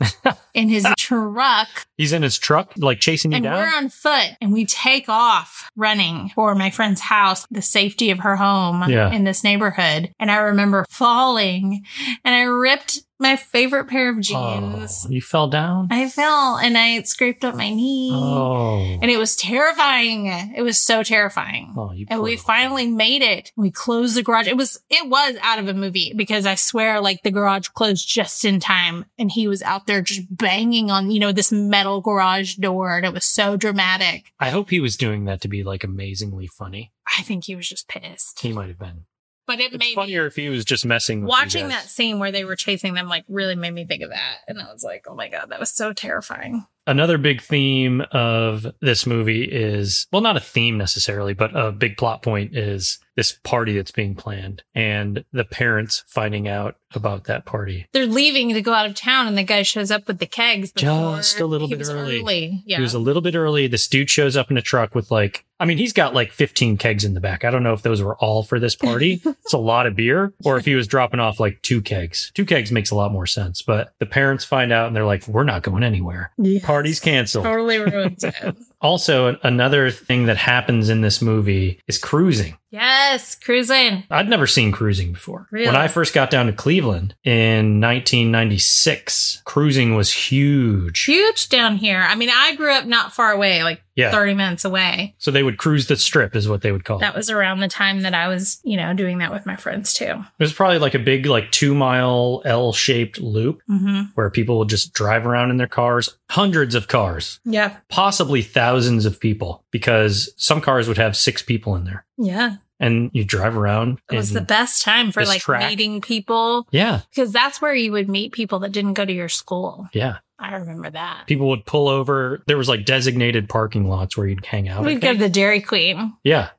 in his truck. He's in his truck, like chasing you And down. we're on foot and we take off running for my friend's house, the safety of her home Yeah. in this neighborhood. And I remember falling and I ripped my favorite pair of jeans. Oh, you fell down? I fell and I scraped up my knee. Oh. And it was terrifying. It was so terrifying. Oh, you and poor we little- finally made it. We closed the garage. It was it was out of a movie because I swear like the garage closed just in time and he was out there just banging on, you know, this metal garage door and it was so dramatic. I hope he was doing that to be like amazingly funny. I think he was just pissed. He might have been. But it It's made me funnier if he was just messing with you watching that guys. scene where they were chasing them like really made me think of that and I was like, "Oh my god, that was so terrifying." Another big theme of this movie is well, not a theme necessarily, but a big plot point is this party that's being planned and the parents finding out about that party. They're leaving to go out of town and the guy shows up with the kegs before- Just a little he bit was early. Yeah. He was a little bit early. This dude shows up in a truck with like, I mean, he's got like 15 kegs in the back. I don't know if those were all for this *laughs* party. it's a lot of beer, or if he was dropping off like two kegs. Two kegs makes a lot more sense. But the parents find out and they're like, we're not going anywhere. Party's canceled. Totally ruins it. Also, an- another thing that happens in this movie is cruising. yes, cruising. I'd never seen cruising before. Really? When I first got down to Cleveland in 1996, cruising was huge. Huge down here. I mean, I grew up not far away, like Yeah. Oh. 30 minutes away. So they would cruise the strip, is what they would call it. That was around the time that I was, you know, doing that with my friends too. It was probably like a big, like two mile L shaped loop Mm-hmm. where people would just drive around in their cars, hundreds of cars, Yeah. possibly thousands of people, because some cars would have six people in there. Yeah. And you drive around. It was and- the best time for This like track. meeting people Yeah. because that's where you would meet people that didn't go to your school. Yeah. I remember that. People would pull over. There was like designated parking lots where you'd hang out. I We'd go think. to the Dairy Queen. yeah.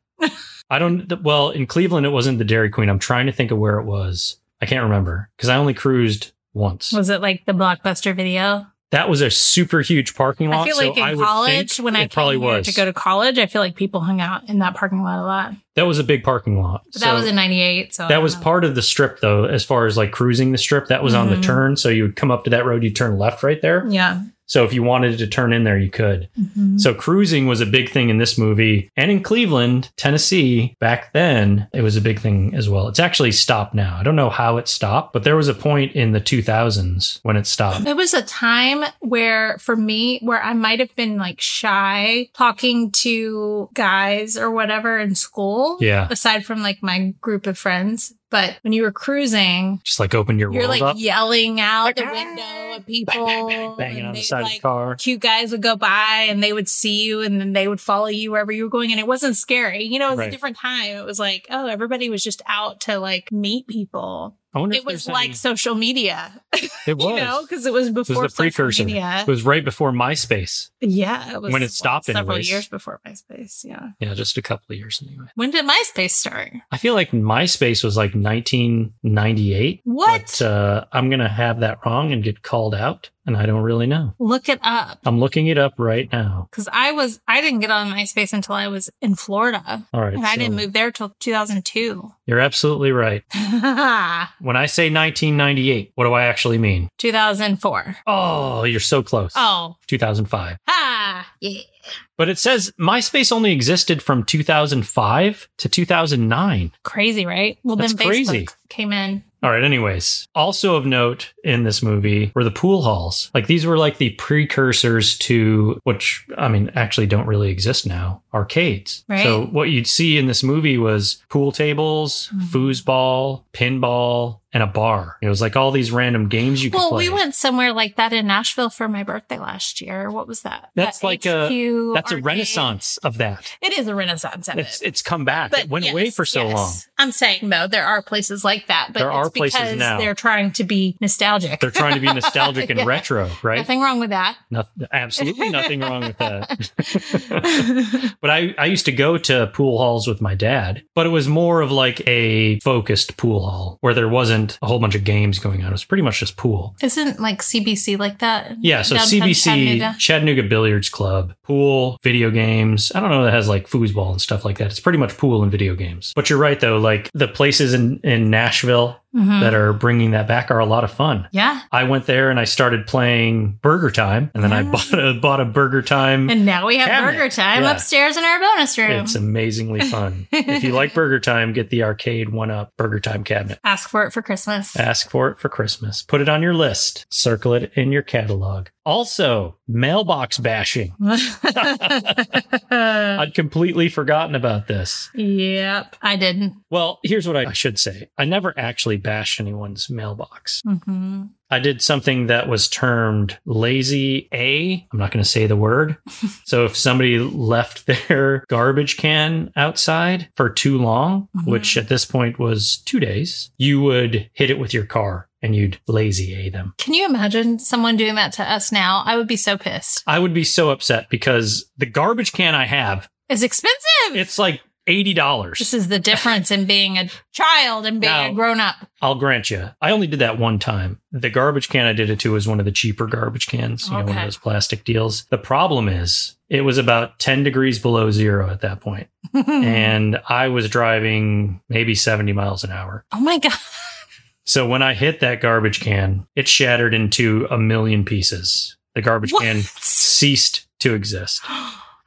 I don't, th- well, in Cleveland, it wasn't the Dairy Queen. I'm trying to think of where it was. I can't remember because I only cruised once. Was it like the Blockbuster video? that was a super huge parking lot. I feel so like in I would college, think when I it probably came here was to go to college, I feel like people hung out in that parking lot a lot. That was a big parking lot. But that So was in 98. So I that don't was know. part of the strip though, as far as like cruising the strip. That was on Mhm. the turn. So you would come up to that road, you turn left right there. Yeah. So if you wanted to turn in there, you could. Mhm. So cruising was a big thing in this movie. And in Cleveland, Tennessee, back then, it was a big thing as well. It's actually stopped now. I don't know how it stopped, but there was a point in the 2000s when it stopped. It was a time where, for me, where I might have been like shy talking to guys or whatever in school. *laughs* Yeah. Aside from like my group of friends. But when you were cruising, Just like opened your you're world like up. yelling out Like, the "Ah!" window at people. Bang, bang, bang, banging and on the they'd, side of the like, car. Cute guys would go by and they would see you and then they would follow you wherever you were going. And it wasn't scary. You know, it was Right. a different time. It was like, oh, everybody was just out to like meet people. I wonder It if there's was like any- social media, it was. *laughs* you know, because it was it before was the social precursor. media. It was right before MySpace. Yeah, it was When it stopped several anyways. years before MySpace. Yeah, Yeah, just a couple of years anyway. when did MySpace start? I feel like MySpace was like 1998. uh, But, What? uh, I'm gonna have that wrong and get called out. and I don't really know. Look it up. I'm looking it up right now. Cause I was, I didn't get on MySpace until I was in Florida. All right. And I didn't so move there till *laughs* 2002. You're absolutely right. When I say 1998, what do I actually mean? 2004. Oh, you're so close. Oh, 2005. ha. Yeah. But it says MySpace only existed from 2005 to 2009. Crazy, right? Well, That's then Facebook crazy. came in. All right, anyways. Also of note in this movie were the pool halls. Like these were like the precursors to which I mean actually don't really exist now, arcades. Right. So what you'd see in this movie was pool tables, Mhm. foosball, pinball, and a bar. It was like all these random games you could Well, play. we went somewhere like that in Nashville for my birthday last year. What was that? That's That like a- HQ That's a arcade. renaissance of that. It is a renaissance of It's it. it's come back. it went away yes, for so yes. long. I'm saying though, there are places like that, but There it's are places because now. they're trying to be nostalgic. *laughs* They're trying to be nostalgic and Yeah. retro, right? Nothing wrong with that. Noth- absolutely nothing wrong with that. *laughs* But I, I used to go to pool halls with my dad, but it was more of like a focused pool hall where there wasn't a whole bunch of games going on. It was pretty much just pool. Isn't like CBC like that? Yeah, so Downtown CBC, Chattanooga. Chattanooga? Billiards Club, pool, video games. I don't know that has like foosball and stuff like that. It's pretty much pool and video games. But you're right though, like the places in, in Nashville Mhm. that are bringing that back are a lot of fun. Yeah. I went there and I started playing Burger Time, and then I Yeah. bought a bought a Burger Time. And now we have Cabinet. burger time Yeah. upstairs in our bonus room. It's amazingly fun. if you like Burger Time, get the arcade one up Burger Time cabinet. Ask for it for Christmas. Ask for it for Christmas. Put it on your list. Circle it in your catalog. Also, mailbox bashing. I'd completely forgotten about this. *laughs* yep. I didn't. Well, here's what I I should say. I never actually bashed anyone's mailbox. hmm I did something that was termed lazy A. I'm not going to say the word. so if somebody left their *laughs* garbage can outside for too long, Mhm. which at this point was two days, you would hit it with your car and you'd lazy A them. Can you imagine someone doing that to us now? I would be so pissed. I would be so upset because the garbage can I have, It's expensive. it's like $80. This is the difference in being a child and being Now- a grown up. I'll grant you. I only did that one time. The garbage can I did it to was one of the cheaper garbage cans, you know, one of Okay. those plastic deals. The problem is it was about 10 degrees below zero at that point, Hmm. and I was driving maybe 70 miles an hour. oh my God. So when I hit that garbage can, it shattered into a million pieces. The garbage What? can ceased to exist.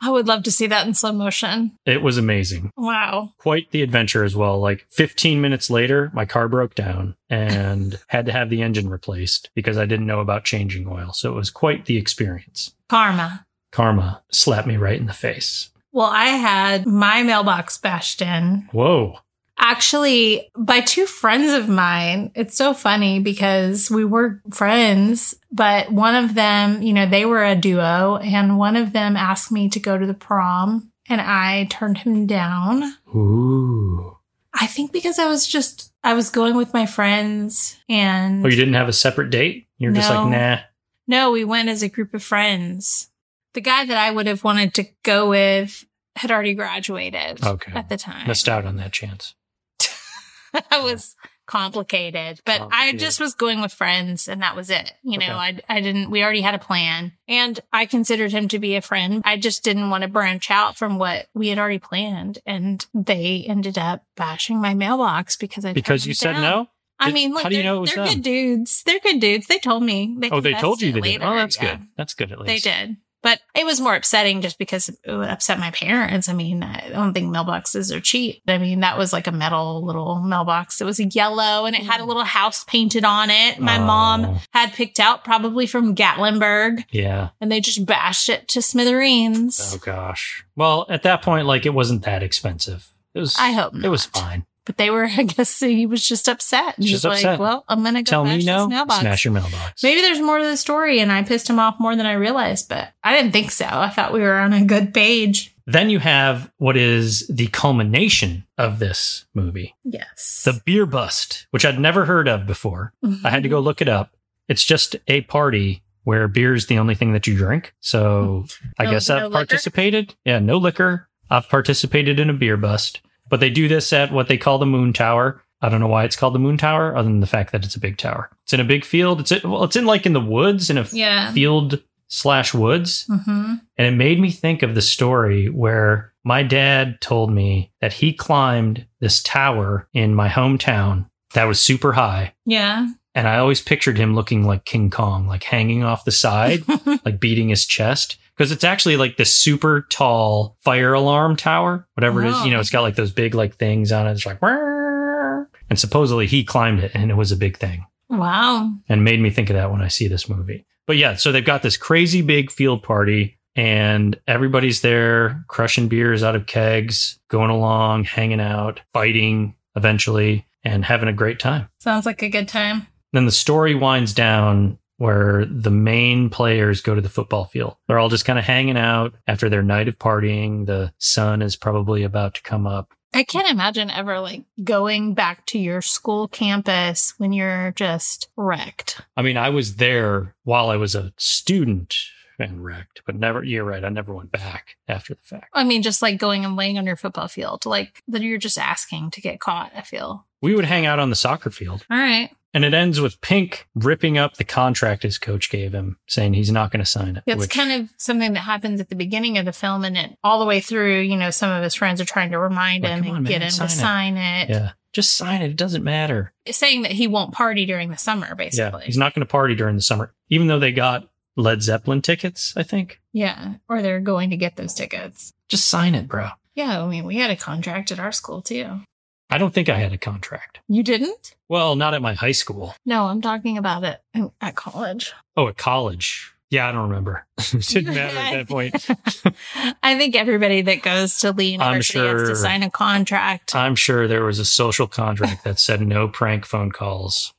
I would love to see that in slow motion. It was amazing. Wow. quite the adventure as well. Like 15 minutes later, my car broke down and had to have the engine replaced because I didn't know about changing oil. So it was quite the experience. Karma. Karma slapped me right in the face. Well, I had my mailbox bashed in Whoa. actually by two friends of mine. It's so funny because we were friends, but one of them, you know, they were a duo, and one of them asked me to go to the prom, and I turned him down. Ooh. I think because I was just I was going with my friends and Oh, you didn't have a separate date? You're just No. like, nah. no, we went as a group of friends. The guy that I would have wanted to go with had already graduated Okay. at the time. Missed out on that chance. *laughs* that was complicated, but Complicated. I just was going with friends and that was it. You know, Okay. I I didn't we already had a plan and I considered him to be a friend. I just didn't want to branch out from what we had already planned and they ended up bashing my mailbox because I Because turned you them said down. no? I Did- mean, look, how do you they're, know it was they're them? good dudes. They're good dudes. They told me. oh, they confessed told you it they did. Oh, later. that's Yeah, good. That's good at least. They did. But it was more upsetting just because it would upset my parents. I mean, I don't think mailboxes are cheap. I mean, that was like a metal little mailbox. It was yellow and it had a little house painted on it. My mom Mm. Oh. had picked out probably from Gatlinburg Yeah. and they just bashed it to smithereens. Oh, gosh. Well, at that point, like, it wasn't that expensive. It was, I hope it was not. fine. But they were, *laughs* I guess he was just upset. And Just just upset. like, well, I'm going to go Tell bash me this no. mailbox. Smash your mailbox. Maybe there's more to the story and I pissed him off more than I realized, but I didn't think so. I thought we were on a good page. Then you have what is the culmination of this movie Yes. Mm-hmm. the beer bust, which I'd never heard of before. I had to go look it up. It's just a party where beer is the only thing that you drink. So I No- guess no I've liquor? participated. Yeah, no liquor. I've participated in a beer bust, but they do this at what they call the Moon Tower. I don't know why it's called the Moon Tower, other than the fact that it's a big tower. It's in a big field. It's in, well, it's in like in the woods in a f- Yeah. field slash woods, Mm-hmm. and it made me think of the story where my dad told me that he climbed this tower in my hometown that was super high, Yeah. and I always pictured him looking like King Kong, like hanging off the side, like beating his chest. Because it's actually like this super tall fire alarm tower, whatever it is. Wow. You know, it's got like those big like things on it. It's like, "Wah." and supposedly he climbed it and it was a big thing *laughs* Wow. and made me think of that when I see this movie. But yeah, so they've got this crazy big field party and everybody's there crushing beers out of kegs, going along, hanging out, fighting eventually and having a great time Sounds like a good time. then the story winds down where the main players go to the football field. They're all just kind of hanging out after their night of partying. The sun is probably about to come up. I can't imagine ever like going back to your school campus when you're just wrecked. I mean, I was there while I was a student and wrecked, but never, you're right. I never went back after the fact. I mean, just like going and laying on your football field, like that you're just asking to get caught, I feel. We would hang out on the soccer field. All right. And it ends with Pink ripping up the contract his coach gave him, saying he's not going to sign it. That's kind of something that happens at the beginning of the film and it all the way through, you know, some of his friends are trying to remind Like, him come on, and man, get him sign it. to sign it. yeah, just sign it. It doesn't matter. Saying that he won't party during the summer, basically. Yeah, he's not going to party during the summer, even though they got Led Zeppelin tickets. I think Yeah, Or they're going to get those tickets. just sign it, bro. Yeah, I mean we had a contract at our school too. I don't think I had a contract. You didn't? Well, not at my high school. No, I'm talking about it in- *laughs* at college. Oh, at college. Yeah, I don't remember. *laughs* it *laughs* didn't matter at that point. I think everybody that goes to Lee I'm University has sure- to sign a contract. I'm sure there was a social contract that said no prank phone *laughs* calls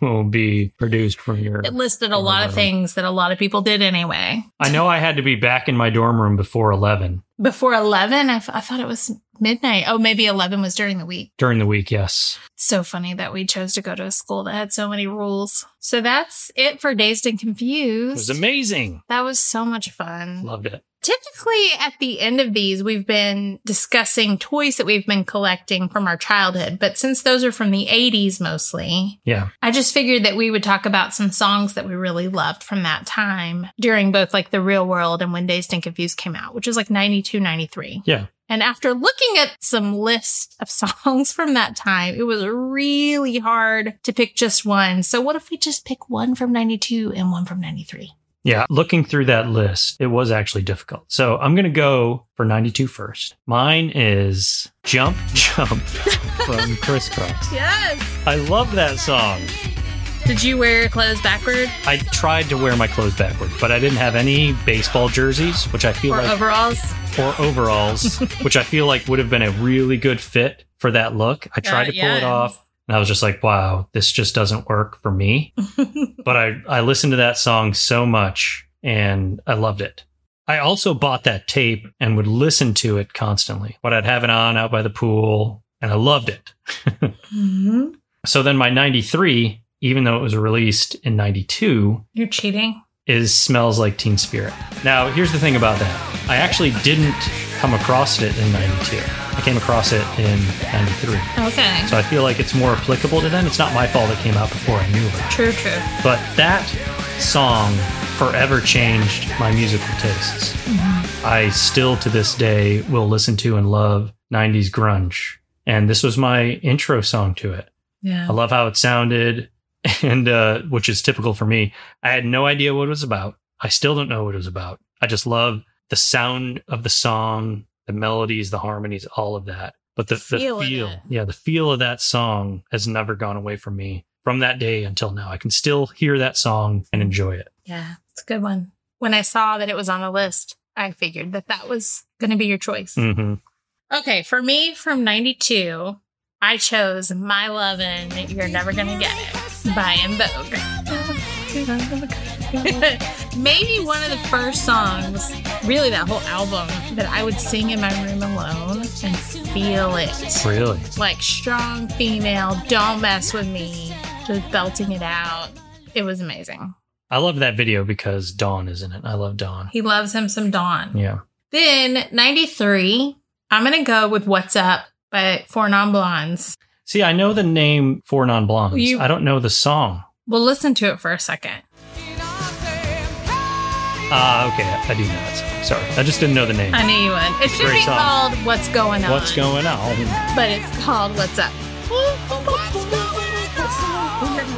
will be produced from your. It listed a lot of Um, things that a lot of people did anyway. I know I had to be back in my dorm room before 11 Before 11, I, f- I thought it was midnight. Oh, maybe 11 was during the week. during the week. Yes. It's so funny that we chose to go to a school that had so many rules. So that's it for Dazed and It was Confused. amazing. that was so much fun. Loved it. Typically, at the end of these, we've been discussing toys that we've been collecting from our childhood. But since those are from the 80s mostly, Yeah. I just figured that we would talk about some songs that we really loved from that time during both like the real world and when Dazed and Confused came out, which was like 92, 93. Yeah. And after looking at some list of *laughs* songs from that time, it was really hard to pick just one. So what if we just pick one from 92 and one from 93? Yeah, looking through that list, it was actually difficult. So I'm going to go for 92 first. Mine is Jump *laughs* Jump from Crisscross. Yes. I love that song. Did you wear your clothes backward I tried to wear my clothes backward, but I didn't have any baseball jerseys, which I feel or like, overalls? or *laughs* overalls, which I feel like would have been a really good fit for that look. I Yeah, tried to pull it Uh, yeah. off. And I was just like, wow, this just doesn't work for me. but I, I listened to that song so much and I loved it. I also bought that tape and would listen to it constantly. But I'd have it on out by the pool and I loved it. *laughs* Mhm. So then my 93, even though it was released in 92, You're cheating. is Smells Like Teen Spirit. Now, here's the thing about that. I actually didn't come across it in 92. I came across it in 93. Okay. So I feel like it's more applicable to them. It's not my fault it came out before I knew about it. True, true. But that song forever changed my musical tastes. I still to this day will listen to and love 90s grunge. And this was my intro song to it. Yeah. I love how it sounded, *laughs* and uh, which is typical for me. I had no idea what it was about. I still don't know what it was about. I just love the sound of the song, the melodies, the harmonies, all of that. But the, the Feel feel, of it. yeah, the feel of that song has never gone away from me from that day until now. I can still hear that song and enjoy it. Yeah. It's a good one. When I saw that it was on the list, I figured that that was going to be your choice. Mm-hmm. Okay, for me from 92, I chose My Lovin' You're Never Gonna Get It by In Vogue. *laughs* Maybe one of the first songs, really that whole album, that I would sing in my room alone and feel it. Really, Like strong female, don't mess with me, just belting it out. It was amazing. I love that video because Dawn is in it. I love Dawn. He loves him some Dawn. Yeah, Then 93, I'm going to go with What's Up by Four Non Blondes. See, I know the name Four Non Blondes. You- I don't know the song. We'll listen to it for a second. Ah, okay. I do know that song. Sorry. I just didn't know the name. I knew you would. It should Great be song. called What's Going On. What's going on? But it's called What's Up.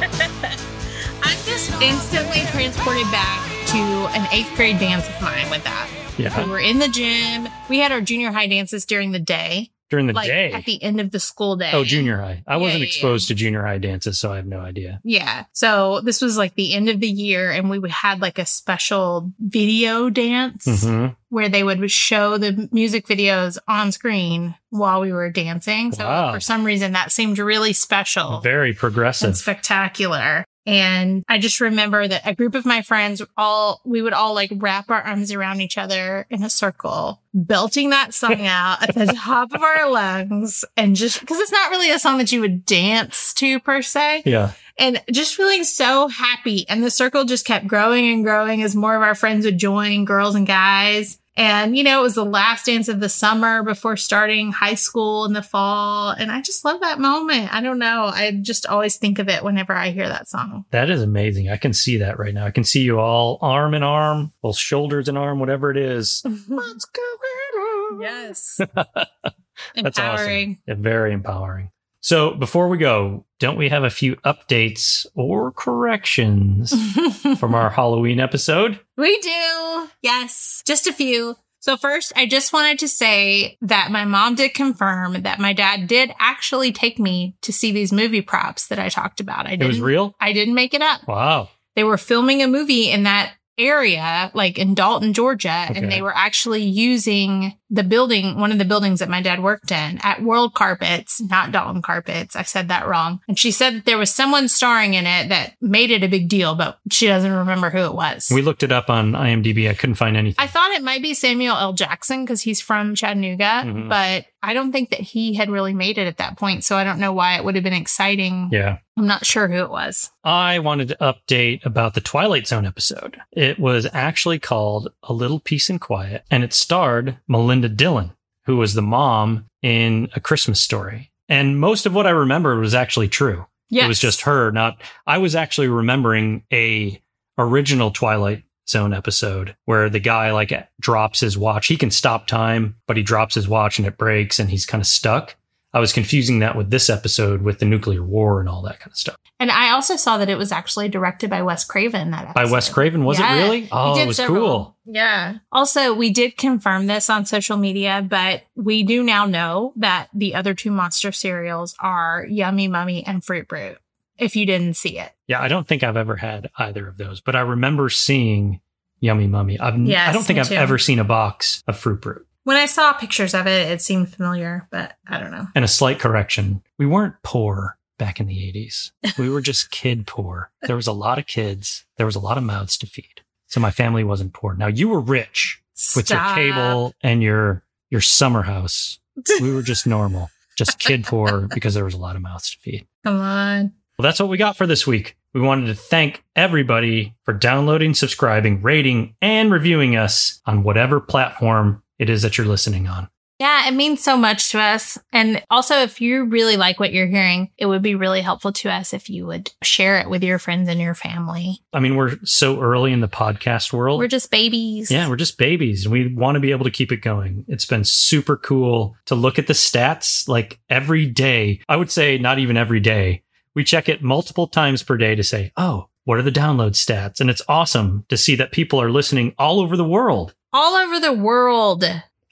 *laughs* I'm just instantly transported back to an eighth grade dance of mine with that. We Yeah. were in the gym. We had our junior high dances during the day, During the like day. at the end of the school day. Oh, junior high. I Yeah, wasn't yeah, exposed to junior high dances, so I have no idea. Yeah. So this was like the end of the year, and we had like a special video dance hmm where they would show the music videos on screen while we were dancing. So Wow. for some reason, that seemed really special Very and progressive. spectacular. And I just remember that a group of my friends all we would all like wrap our arms around each other in a circle, belting that song out at the top of our lungs, and just because it's not really a song that you would dance to per se Yeah. and just feeling so happy. And the circle just kept growing and growing as more of our friends would join, girls and guys. And, you know, it was the last dance of the summer before starting high school in the fall. And I just love that moment. I don't know. I just always think of it whenever I hear that song. That is amazing. I can see that right now. I can see you all arm in arm, well, shoulders in arm, whatever it is. What's going on? Yes. *laughs* That's Empowering. awesome. Yeah, Very empowering. So before we go, don't we have a few updates or corrections *laughs* *laughs* from our Halloween episode? We do. Yes, just a few. So first, I just wanted to say that my mom did confirm that my dad did actually take me to see these movie props that I talked about. I It was didn't- real? I didn't make it up. Wow. They were filming a movie in that area, like in Dalton, Georgia, Okay. and they were actually using the building, one of the buildings that my dad worked in at World Carpets, not Dalton Carpets. I said that wrong. And she said that there was someone starring in it that made it a big deal, but she doesn't remember who it was. We looked it up on IMDb. I couldn't find anything. I thought it might be Samuel L. Jackson because he's from Chattanooga, Mhm. but I don't think that he had really made it at that point. So I don't know why it would have been exciting. yeah. I'm not sure who it was. I wanted to update about the Twilight Zone episode. It was actually called A Little Peace and Quiet, and it starred Melinda Dillon, who was the mom in A Christmas Story. And most of what I remembered was actually true. Yeah. It was just her, not I was actually remembering a original Twilight Zone episode where the guy like drops his watch. He can stop time, but he drops his watch and it breaks and he's kind of stuck. I was confusing that with this episode with the nuclear war and all that kind of stuff. And I also saw that it was actually directed by Wes Craven that episode. By Wes Craven, was Yeah. it really? Oh, did it was several. cool. Yeah. Also, we did confirm this on social media, but we do now know that the other two monster cereals are Yummy Mummy and Fruit Brute. If you didn't see it, Yeah, I don't think I've ever had either of those, but I remember seeing Yummy Mummy. I've, Yes, I don't think me I've too. ever seen a box of Fruit Brute. when I saw pictures of it, it seemed familiar, but I don't know. And a slight correction we weren't poor back in the 80s. We were just kid poor. There was a lot of kids, there was a lot of mouths to feed. So my family wasn't poor. Now you were rich with Stop. your cable and your your summer house. We were just normal, just kid poor because there was a lot of mouths to feed. Come on. Well, that's what we got for this week. We wanted to thank everybody for downloading, subscribing, rating, and reviewing us on whatever platform it is that you're listening on. Yeah, it means so much to us. And also, if you really like what you're hearing, it would be really helpful to us if you would share it with your friends and your family. I mean, we're so early in the podcast world. We're just babies. yeah, we're just babies and we want to be able to keep it going. It's been super cool to look at the stats like every day. I would say not even every day. We check it multiple times per day to say, oh, what are the download stats? And it's awesome to see that people are listening all over the world. all over the world.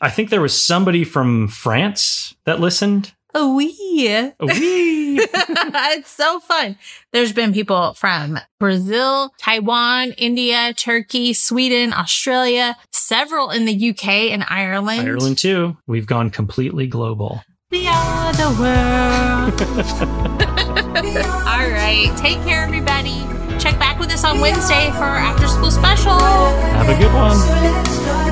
I think there was somebody from France that listened. Oh, yeah. Oh, wee. *laughs* it's so fun. There's been people from Brazil, Taiwan, India, Turkey, Sweden, Australia, several in the UK and Ireland. Ireland too. We've gone completely global. We are the world. All right. Take care, everybody. Check back with us on Wednesday for our after school special. Have a good one. Let's go.